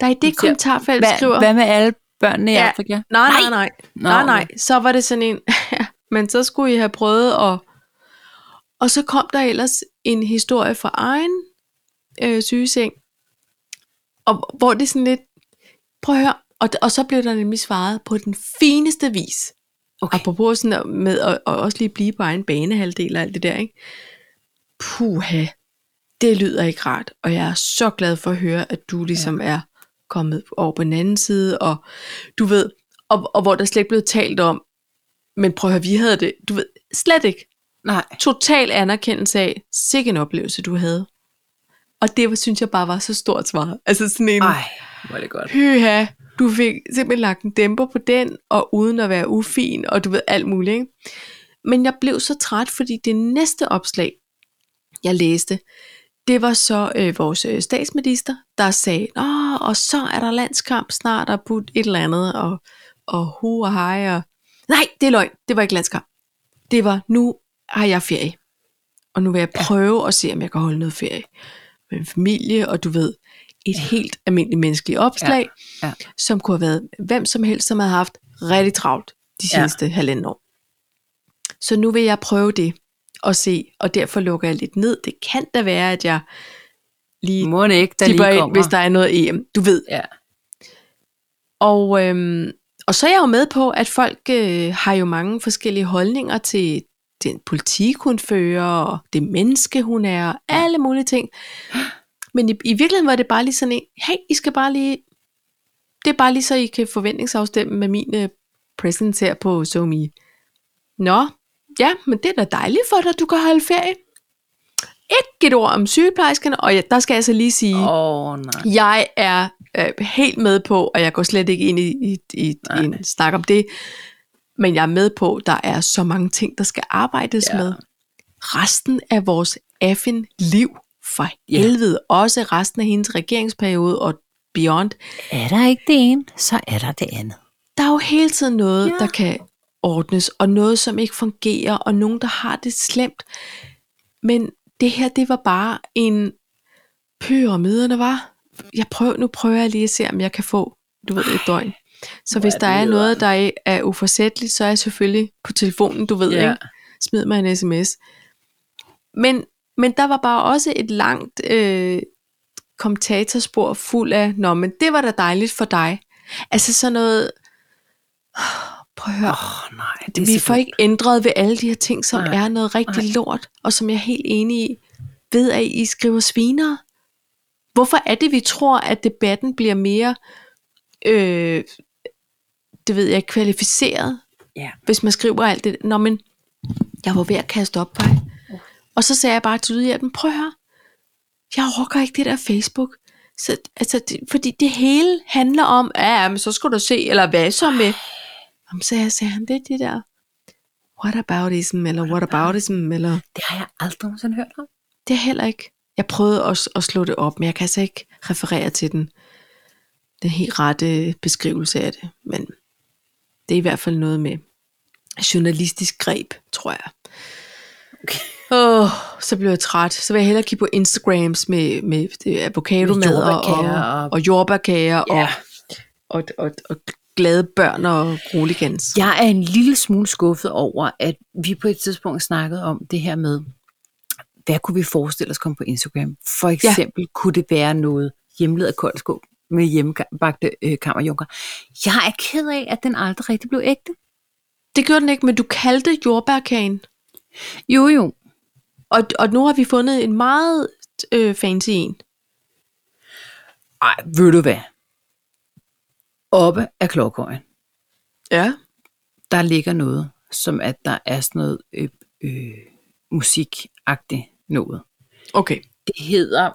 B: der i det
A: Så,
B: kommentarfelt skriver...
A: Hvad, hvad med alle børnene i
B: Ja.
A: ja. Afrika?
B: Nej, nej,
A: Nej.
B: nej.
A: Nå,
B: nej, nej. Så var det sådan en, *laughs* men så skulle I have prøvet at... Og så kom der ellers en historie fra egen øh, sygeseng, og, hvor det sådan lidt, prøv at høre, og, og så blev der nemlig svaret på den fineste vis.
A: Okay.
B: Apropos sådan at- med at, og også lige blive på egen banehalvdel og alt det der, ikke? Puha, det lyder ikke rart, og jeg er så glad for at høre, at du ligesom ja. er kommet over på den anden side, og du ved, og, og hvor der slet ikke blev talt om, men prøv at høre, vi havde det, du ved, slet ikke.
A: Nej.
B: Total anerkendelse af, sikke en oplevelse, du havde. Og det var- synes jeg bare var så stort svar. Altså sådan en,
A: Ej, hvor er det godt.
B: pyha, du fik simpelthen lagt en dæmper på den, og uden at være ufin, og du ved alt muligt. Ikke? Men jeg blev så træt, fordi det næste opslag, jeg læste, det var så øh, vores øh, statsminister, der sagde, Åh, og så er der landskamp snart, og budt et eller andet, og, og hu og hej, og... Nej, det er løgn, det var ikke landskamp. Det var, nu har jeg ferie, og nu vil jeg prøve at se, om jeg kan holde noget ferie med en familie, og du ved, et helt almindeligt menneskeligt opslag,
A: Ja, ja.
B: som kunne have været hvem som helst, som havde haft rigtig travlt de
A: Ja.
B: seneste ja. halvanden år. Så nu vil jeg prøve det og se, og derfor lukker jeg lidt ned. Det kan da være, at jeg lige
A: Må det ikke, der
B: tipper
A: lige
B: ind,
A: kommer.
B: hvis der er noget EM. Du ved.
A: Ja.
B: Og, øhm, og så er jeg jo med på, at folk øh, har jo mange forskellige holdninger til den politik, hun fører, og det menneske, hun er, og alle mulige ting. Men i, i virkeligheden var det bare lige sådan en, hey, I skal bare lige, det er bare lige så, I kan forventningsafstemme med min øh, presence her på SoMe. Nå, ja, men det er da dejligt for dig, du kan holde ferie. Ikke et ord om sygeplejerskerne, og ja, der skal jeg altså lige sige,
A: Åh, oh, nej.
B: jeg er øh, helt med på, og jeg går slet ikke ind i, i, i, i en snak om det, men jeg er med på, at der er så mange ting, der skal arbejdes
A: Ja.
B: ja. med. Resten af vores affin liv, for
A: Ja.
B: helvede, også resten af hendes regeringsperiode og beyond,
A: Er der ikke det ene, så er der det andet.
B: der er jo hele tiden noget,
A: Ja.
B: ja. der kan ordnes, og noget, som ikke fungerer, og nogen, der har det slemt. Men det her, det var bare en pyramiderne var. Jeg prøver, nu prøver jeg lige at se, om jeg kan få, du ved, et døgn. Så
A: hvor
B: hvis
A: er
B: der
A: det
B: er
A: nederen.
B: noget, der er- er uforsætteligt, så er jeg selvfølgelig på telefonen, du ved,
A: Ja.
B: ja. ikke? Smid mig en sms. Men, men der var bare også et langt øh, kommentatorspor fuld af, nå, men det var da dejligt for dig. Altså sådan noget, prøv at høre,
A: Åh, oh, nej. Det
B: vi
A: er
B: får
A: simpelthen-
B: ikke ændret ved alle de her ting, som
A: Nej,
B: er noget rigtig lort, og som jeg er helt enig i, ved at I skriver sviner. Hvorfor er det, vi tror, at debatten bliver mere, øh, det ved jeg, kvalificeret,
A: Ja.
B: hvis man skriver alt det? Nå, men jeg var ved at kaste op på dig. Og så sagde jeg bare til lydhjælpen, prøv at høre, jeg rocker ikke det der Facebook. Så, altså, det, fordi det hele handler om, ja, ja, men så skal du se, eller hvad så med? Jamen, så jeg sagde han, det er det der what aboutism, eller what aboutism, eller
A: Det har jeg aldrig nogensinde hørt om.
B: det er heller ikke. Jeg prøvede også at slå det op, men jeg kan altså ikke referere til den, den helt rette beskrivelse af det. Men det er i hvert fald noget med journalistisk greb, tror jeg.
A: Okay.
B: Åh, oh, så blev jeg træt. Så vil jeg hellere kigge på Instagrams med, med øh, avocadomad
A: Med
B: og,
A: jordbærkager
B: og,
A: og-
B: og jordbærkager
A: Ja.
B: og, og, og, og glade børn og roligans.
A: Jeg er en lille smule skuffet over, at vi på et tidspunkt snakkede om det her med, hvad kunne vi forestille os komme på Instagram? For eksempel ja. kunne det være noget hjemled af koldskåb med hjemmebagte øh, kammerjunker. Jeg er ked af, at den aldrig rigtig blev ægte.
B: Det gjorde den ikke, men du kaldte jordbærkagen
A: Jo, jo.
B: Og, og nu har vi fundet en meget øh, fancy en.
A: Ej, ved du hvad? Oppe af klokkøjen.
B: Ja.
A: der ligger noget, som at der er sådan noget øh, øh, musikagtigt noget.
B: Okay.
A: Det hedder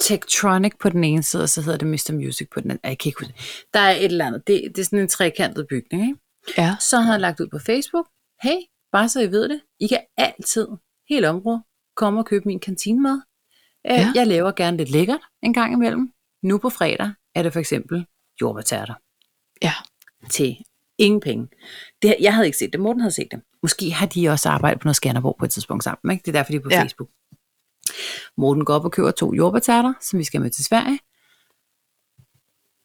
A: Tektronic på den ene side, og så hedder det Mr. Music på den anden. Ej, Jeg kan ikke huske. det. Der er et eller andet. Det, det er sådan en trekantet bygning, ikke?
B: Ja.
A: Så har jeg lagt ud på Facebook. Hey, bare så I ved det. I kan altid, helt området, komme og købe min kantinemad. Ja.
B: Ja.
A: Jeg laver gerne lidt lækkert en gang imellem. Nu på fredag er det for eksempel jordbærterter
B: Ja.
A: til ingen penge. Det, jeg havde ikke set det, Morten havde set det. Måske har de også arbejdet på noget Skanderborg på et tidspunkt sammen, ikke? Det er derfor, de er på ja.
B: Ja.
A: Facebook. Morten går op og køber to jordbærterter, som vi skal med til Sverige.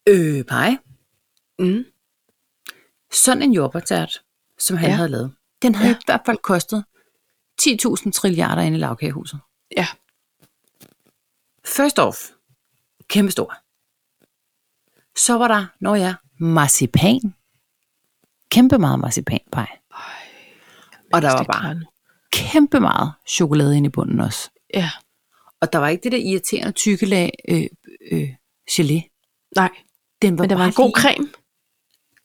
A: Øh, pej.
B: Mm.
A: Sådan en jordbærtert, som han ja.
B: Ja.
A: havde lavet, den havde ja.
B: Ja.
A: i hvert fald kostet 10.000 trilliarder inde i lavkagehuset.
B: Ja.
A: First off, kæmpe stor. Så var der, når jeg, marcipan. Kæmpe meget marcipanpej. Og der var bare kæmpe meget chokolade inde i bunden også.
B: Ja.
A: Og der var ikke det der irriterende tykke lag øh, øh, gelé.
B: Nej,
A: Den var
B: men der var
A: bare
B: en god
A: lige
B: creme.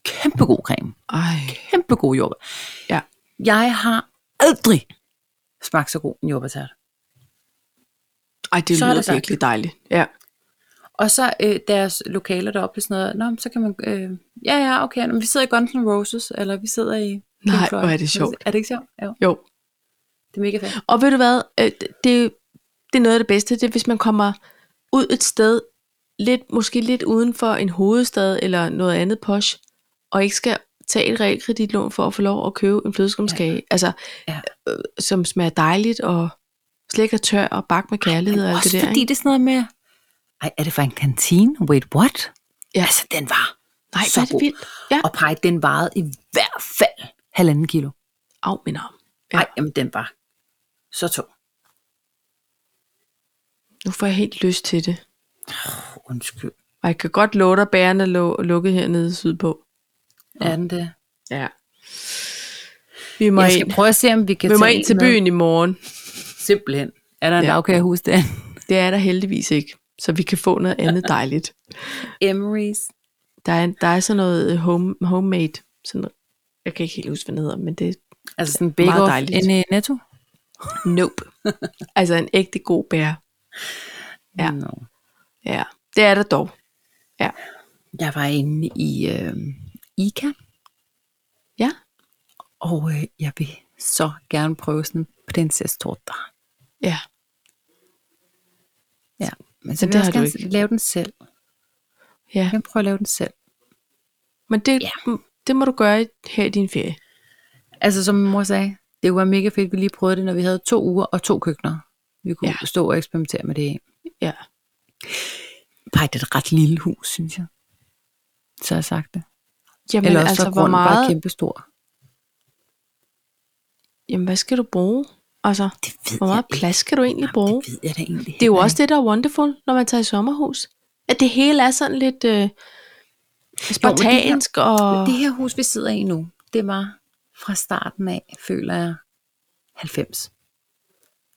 A: Kæmpe god creme.
B: Ej.
A: Kæmpe god jordbær.
B: Ja.
A: Jeg har aldrig smagt så god en jordbærtært.
B: Ej, det
A: Så
B: så
A: er
B: lyder
A: det der.
B: virkelig dejligt. Ja.
A: Og så øh, deres lokaler deroppe blev sådan noget, Nå, men så kan man, øh, ja ja, okay, men vi sidder i Guns N' Roses, eller vi sidder i Pink
B: Nej,
A: Floyd. Altså,
B: hvor er det sjovt.
A: Er det ikke sjovt? Jo,
B: Jo.
A: det er mega fedt.
B: Og ved du hvad, øh, det, det er noget af det bedste, det er, hvis man kommer ud et sted, lidt, måske lidt uden for en hovedstad eller noget andet posh, og ikke skal tage et realkreditlån for at få lov at købe en flødeskumskage, ja. altså,
A: Ja.
B: øh, som smager dejligt og slet ikke er tør og bagt med kærlighed og alt
A: Også
B: det der.
A: fordi
B: ikke?
A: det er sådan noget med, ej, er det fra en kantine? Wait, what?
B: Ja.
A: Ja. Altså, den var
B: Nej,
A: så
B: hvor er det
A: god.
B: vildt. Ja.
A: Og pej, den vejede i hvert fald halvanden kilo.
B: Au, min arm. Ja.
A: Nej, ja. jamen den var så tung.
B: Nu får jeg helt lyst til det.
A: Oh, undskyld.
B: Og jeg kan godt love dig, bærene er lå- lukket hernede sydpå.
A: Er den det?
B: Ja. Vi må
A: Jeg
B: ind.
A: skal prøve at se, om vi kan
B: Vi må
A: tage
B: ind til
A: med.
B: byen i morgen.
A: Simpelthen. Er der en
B: Ja.
A: ja. lavkagehus der? *laughs*
B: Det er der heldigvis ikke, så vi kan få noget andet dejligt.
A: Emery's.
B: Der er, der er sådan noget øh, home, homemade, sådan, jeg kan ikke helt huske, hvad det hedder, men det er
A: Altså sådan en
B: Meget
A: bake-off
B: dejligt.
A: inde i Netto? *laughs*
B: nope. altså en ægte god bær. Ja.
A: Nå.
B: Ja, det er der dog.
A: Jeg var inde i øh, Ica,
B: Ja,
A: og øh, jeg vil så gerne prøve sådan en prinsesstort der.
B: ja.
A: Ja, men
B: Men
A: så vil
B: det
A: jeg også
B: har du
A: gerne
B: ikke.
A: lave den selv.
B: ja.
A: Jeg vil prøve at lave den selv.
B: Men det,
A: Ja.
B: yeah. det må du gøre i- her i din ferie.
A: Altså som min mor sagde, det var mega fedt, vi lige prøvede det, når vi havde to uger og to køkkener. Vi kunne
B: Ja.
A: ja. stå og eksperimentere med det i.
B: Ja.
A: Pej, det er et ret lille hus, synes jeg. Så har jeg sagt det.
B: Jamen
A: Eller også
B: altså,
A: var
B: hvor
A: grunden bare
B: meget,
A: kæmpestor.
B: jamen, hvad skal du bruge? Altså,
A: Det ved
B: hvor meget
A: jeg
B: plads skal du egentlig
A: ikke.
B: bruge?
A: Det ved jeg da egentlig
B: Det er jo
A: heller
B: også det, der er wonderful, når man tager i sommerhus. At det hele er sådan lidt øh, spartansk og...
A: Det her hus, vi sidder i nu, det var fra starten af, føler jeg, 90.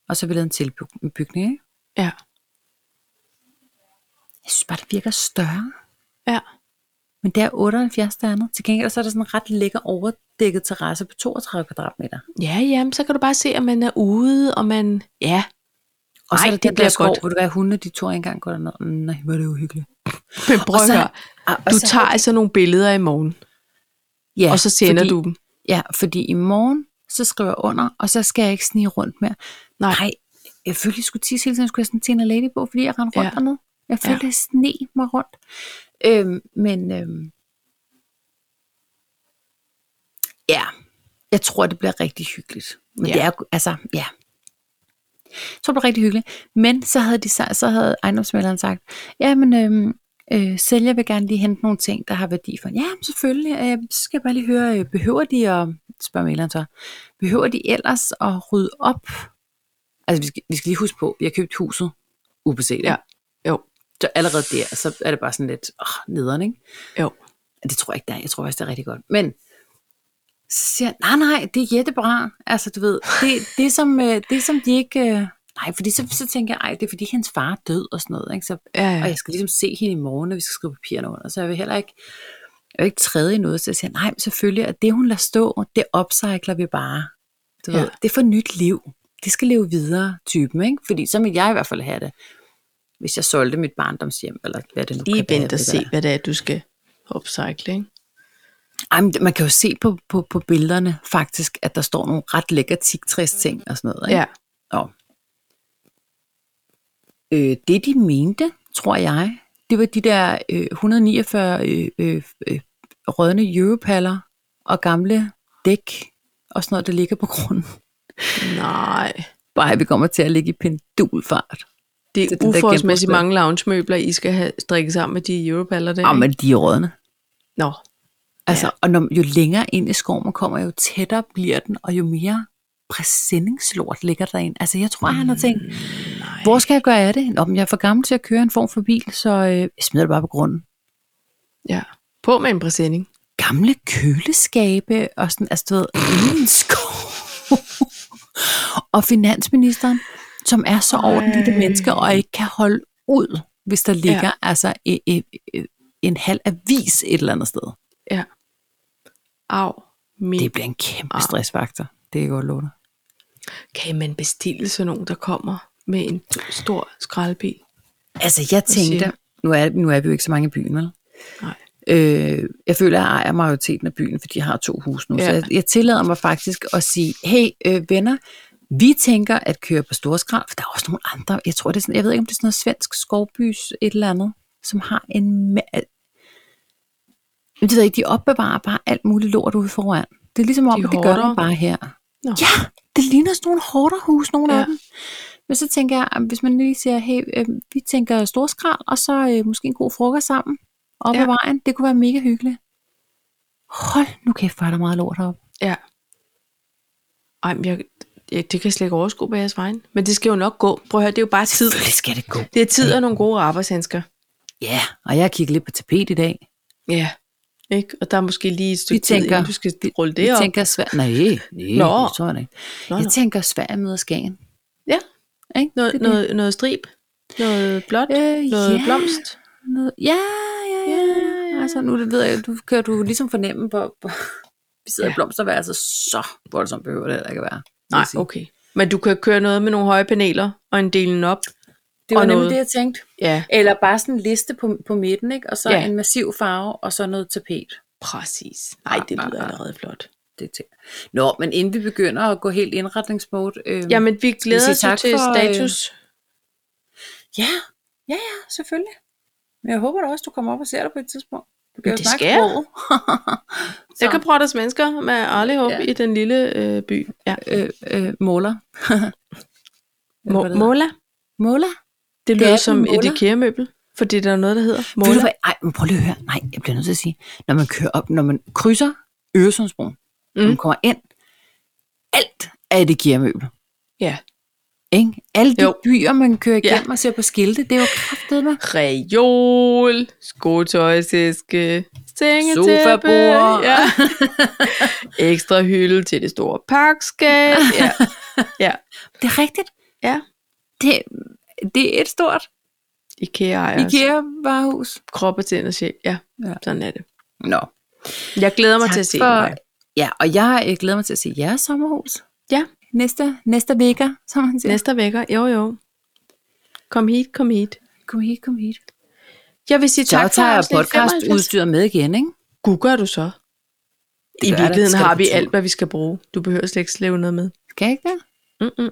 A: Og så har vi lavet en tilbygning, ikke?
B: Ja,
A: Jeg synes bare, det virker større.
B: ja.
A: Men det er 78 der er andet. Til gengæld så er der sådan en ret lækker overdækket terrasse på 32 kvadratmeter.
B: Ja, jamen, så kan du bare se, at man er ude, og man... Ja,
A: Og så
B: Ej,
A: er der
B: det
A: den der
B: bliver
A: skov,
B: godt.
A: hvor du være hunde, de tog engang går derned. Nej, hvor er det uhyggeligt.
B: men prøv
A: Og
B: at
A: så-
B: høre.
A: og- og
B: Du
A: så-
B: tager altså nogle billeder i morgen,
A: Ja,
B: og så sender
A: fordi,
B: du dem.
A: Ja, fordi i morgen, så skriver jeg under, og så skal jeg ikke snige rundt mere.
B: Nej.
A: Nej jeg følte, jeg skulle tisse hele tiden, skulle jeg sådan tænde en lady på, fordi jeg rendte rundt
B: Ja.
A: ja. dernede. Jeg
B: Ja.
A: følte, ja. jeg sne mig rundt. Øhm, men øhm, ja, jeg tror, det bliver rigtig hyggeligt. Men
B: Ja.
A: ja. det er, altså, ja. Jeg tror, det bliver rigtig hyggeligt. Men så havde, de, sa- så havde ejendomsmælderen sagt, ja, men øhm, øh, sælger vil gerne lige hente nogle ting, der har værdi for. Ja, men selvfølgelig. Øh, så skal jeg bare lige høre, øh, behøver de at, spørger mægleren så, behøver de ellers at rydde op? Altså, vi skal, vi skal lige huske på, vi har købt huset ubeset. ikke?
B: Ja. Jo,
A: Så allerede der, så er det bare sådan lidt åh, nederen, ikke?
B: jo.
A: Det tror jeg ikke, der er. Jeg tror faktisk, det er rigtig godt. Men så siger jeg, nej, nej, det er jættebra. Altså, du ved, det, det, er som, øh, det er som de ikke... øh, Nej, fordi så, så tænker jeg, ej, det er fordi hendes far er død og sådan noget, ikke? Så,
B: Ja,
A: og
B: ja.
A: jeg skal ligesom se hende i morgen, når vi skal skrive papirerne under, så jeg vil heller ikke, jeg vil ikke træde i noget, så jeg siger, nej, men selvfølgelig, at det hun lader stå, det opcykler vi bare. Du
B: Ja.
A: ja. ved, det er for nyt liv. Det skal leve videre, typen, ikke? Fordi så vil jeg i hvert fald have det, hvis jeg solgte mit barndomshjem, eller hvad det nu
B: Lige
A: kan være,
B: vent og
A: det
B: se,
A: der.
B: hvad det er, du skal upcycle, ikke?
A: Ej, men man kan jo se på, på, på billederne faktisk, at der står nogle ret lækre tigtræs ting og sådan noget. Ikke?
B: Ja,
A: Og, øh, det de mente, tror jeg, det var de der øh, 149 øh, øh, øh, rødne europaller og gamle dæk og sådan noget, der ligger på grunden. *laughs*
B: nej.
A: Bare vi kommer til at ligge i pendulfart.
B: Det er
A: Det er den der
B: uforholdsmæssigt
A: genbrugsmøbel.
B: mange loungemøbler, I skal have strikket sammen med de europaller der.
A: Ja,
B: ikke?
A: Ah, men de er rødne.
B: Nå, Ja.
A: Altså, ja. Og når, jo længere ind i skoven man kommer, jo tættere bliver den, og jo mere præsendingslort ligger derinde. Altså, jeg tror, han har tænkt,
B: Mm, nej.
A: Hvor skal jeg gøre af det? Nå, men jeg er for gammel til at køre en form for bil, så øh, jeg smider det bare på grunden.
B: Ja. På med en præsending.
A: Gamle køleskabe og sådan, altså du ved, ingen skov. *laughs* og finansministeren, som er så ordentligt et menneske, og ikke kan holde ud, hvis der ligger ja. altså øh, øh, øh, en halv avis et eller andet sted.
B: Ja. Au. Min.
A: Det bliver en kæmpe stressfaktor. Det er jeg godt love dig.
B: Kan man bestille sådan nogen, der kommer med en t- stor skraldebil.
A: Altså, jeg tænkte,
B: siger-
A: nu er, nu er vi jo ikke så mange i byen, vel?
B: Nej.
A: Øh, jeg føler, at jeg ejer majoriteten af byen, fordi jeg har to huse nu. Ja. Så
B: Ja.
A: jeg, jeg tillader mig faktisk at sige, hey øh, venner, vi tænker at køre på Storskrald, for der er også nogle andre, jeg tror det er sådan, jeg ved ikke om det er sådan noget svensk skovbys et eller andet, som har en ma- Men det ved jeg ikke, de opbevarer bare alt muligt lort ude foran. Det er ligesom om,
B: De
A: at det gør de
B: hoarder.
A: bare her.
B: Nå.
A: Ja, det ligner sådan nogle hårderhus, nogle ja.
B: Ja.
A: af dem. Men så tænker jeg, at hvis man lige siger, hey, øh, vi tænker storskrald, og så øh, måske en god frokost sammen op ja.
B: Ja.
A: ad vejen. Det kunne være mega hyggeligt. Hold nu kæft, hvor er der meget lort heroppe.
B: Ja. Ej, men jeg, jeg, det kan jeg slet ikke overskue på jeres vejen. Men det skal jo nok gå. Prøv at høre, det er jo bare tid.
A: Selvfølgelig skal det gå.
B: Det er tid og nogle gode arbejdshandsker.
A: Ja, og jeg har kigget lidt på tapet i dag.
B: Ja. Ikke? Og der er måske lige et stykke tid,
A: tænker-
B: inden du skal rulle det
A: jeg
B: op.
A: tænker Sverige... Nej, nej,
B: Nå.
A: det tror jeg da ikke.
B: Nå,
A: Jeg
B: nå.
A: tænker Sverige møder Skagen.
B: Ja.
A: Ikke?
B: Noget,
A: Det er det.
B: noget, noget strib, noget blåt,
A: Øh,
B: noget
A: ja.
B: blomst.
A: Noget, ja, ja, ja.
B: Ja, ja.
A: Altså, nu det ved jeg, du kan du ligesom fornemme, hvor, hvor vi sidder ja. i
B: Ja.
A: blomsterværelset, så voldsomt behøver det heller ikke at være. vil
B: Nej,
A: jeg sige.
B: okay. Men du kan køre noget med nogle høje paneler og en delen op.
A: Det var
B: Og
A: nemlig
B: noget-
A: det, jeg tænkte.
B: Ja,
A: Eller bare sådan en liste på, på midten, ikke? og så ja.
B: Ja.
A: en massiv farve, og så noget tapet.
B: præcis. Nej, det
A: Ah, ah,
B: lyder
A: ah.
B: allerede flot.
A: Det til. Nå, men inden vi begynder at gå helt indretningsmode. Øh,
B: Jamen, vi glæder
A: sige
B: os jo
A: tak
B: til
A: for, øh,
B: status.
A: ja, ja, ja, selvfølgelig. Men jeg håber da også, du kommer op og ser dig på et tidspunkt. Du kan
B: Men det skal jeg.
A: sproget.
B: Jeg
A: så.
B: kan prøve deres mennesker med Arlehåb
A: Ja.
B: ja. i den lille øh, by. Ja.
A: øh, øh, måler. *laughs*
B: Mo- Måla.
A: måler?
B: Det lyder
A: er
B: som
A: den
B: et
A: Måla.
B: IKEA-møbel, fordi der er noget, der hedder
A: Måler? Ved du
B: Måla.
A: hvad? Ej, men prøv lige at høre. Nej, jeg bliver nødt til at sige. Når man kører op, når man krydser Øresundsbroen, mm. når
B: Mm.
A: man kommer ind, alt er et IKEA-møbel.
B: Ja.
A: Ikke? Alle de jo.
B: Jo.
A: byer, man kører
B: Ja.
A: igennem ja. og ser på skilte, det er jo kraftedeme.
B: Reol, skotøjsæske, sengetæppe.
A: Sofabord.
B: Ja. *laughs* Ekstra hylde til det store pakskab. Ja. ja.
A: Det er rigtigt.
B: Ja.
A: Det, det er et stort
B: IKEA ejer IKEA.
A: IKEA-varehus.
B: krop og tænd og sjæl. Ja.
A: Ja.
B: ja, sådan er det.
A: Nå,
B: Jeg glæder mig
A: tak
B: til at se
A: for,
B: dig.
A: Ja, og jeg øh, glæder mig til at se jeres sommerhus.
B: Ja.
A: Næste, næste vækker, som han siger. Næste.
B: Næste vækker. Jo, jo. Kom hit, kom hit.
A: Kom hit, kom hit.
B: Jeg vil sige
A: Så
B: tak for
A: tager jeg
B: afsnit 75.
A: podcastudstyr med igen, ikke?
B: Gud, gør du så?
A: Det
B: I
A: gør jeg da.
B: virkeligheden
A: Skal du
B: har
A: på
B: vi
A: tur?
B: alt, hvad vi skal bruge. Du behøver slet ikke slæve noget med.
A: Kan jeg ikke det?
B: Mm-mm.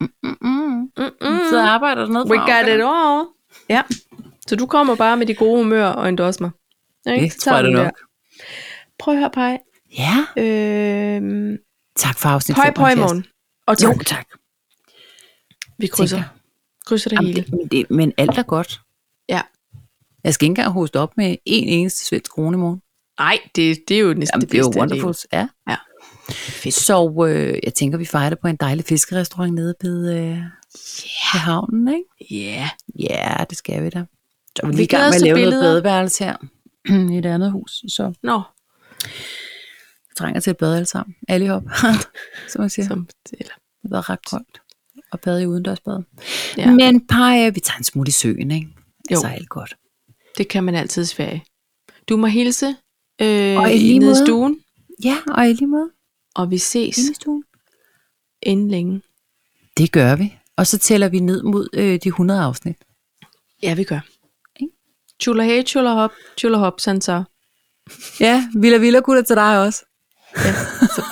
A: Mm-mm.
B: Mm-mm.
A: mm, Så arbejder dernede
B: Mm. We
A: fra
B: got
A: Auckland.
B: it all. Ja. Så du kommer bare med de gode humør og en dosmer. Ikke?
A: Det
B: Så
A: tror
B: tager
A: jeg da
B: vi
A: nok.
B: der. Prøv at høre, Paj.
A: Ja,
B: Øhm,
A: tak for afsnit
B: pøj, pøj i
A: 75.
B: morgen. Og
A: Jo,
B: tak.
A: tak.
B: Vi krydser.
A: tænker
B: Krydser det
A: Jamen,
B: hele.
A: det, men, det, men alt er godt.
B: Ja.
A: Jeg skal ikke engang hoste op med en eneste svensk krone i morgen.
B: Nej, det, det er jo næsten
A: Jamen, det, det er jo wonderful. Ja.
B: Fedt.
A: Så øh, jeg tænker, vi fejrer det på en dejlig fiskerestaurant nede ved, øh, yeah. ved havnen, ikke?
B: Ja.
A: Ja, det skal vi da. Så er vi
B: Vi
A: lige i
B: glæder
A: gang med
B: os
A: at
B: til
A: lave noget
B: billeder. *clears throat*
A: badeværelse her i et andet hus, så
B: Nå,
A: vi trænger til at bade alle sammen. Alle i hop, *laughs* som man siger.
B: som, eller,
A: Det har været ret koldt at bade i udendørsbad. Ja.
B: Ja.
A: Men Paja, vi tager en smut i søen, ikke?
B: Jo.
A: Altså alt godt.
B: det kan man altid i Sverige. Du må hilse øh,
A: Og i
B: i
A: lige
B: nede i
A: måde. Mm.
B: stuen,
A: Ja, og i lige måde.
B: og vi ses
A: Inde i stuen.
B: inden længe.
A: Det gør vi. Og så tæller vi ned mod øh, de 100 afsnit.
B: Ja, vi gør.
A: Ikke?
B: Tjula hey, tjula hop, tjula hop, sådan så. *laughs*
A: Ja, Villa Villa gutter til dig også.
B: Ja, så.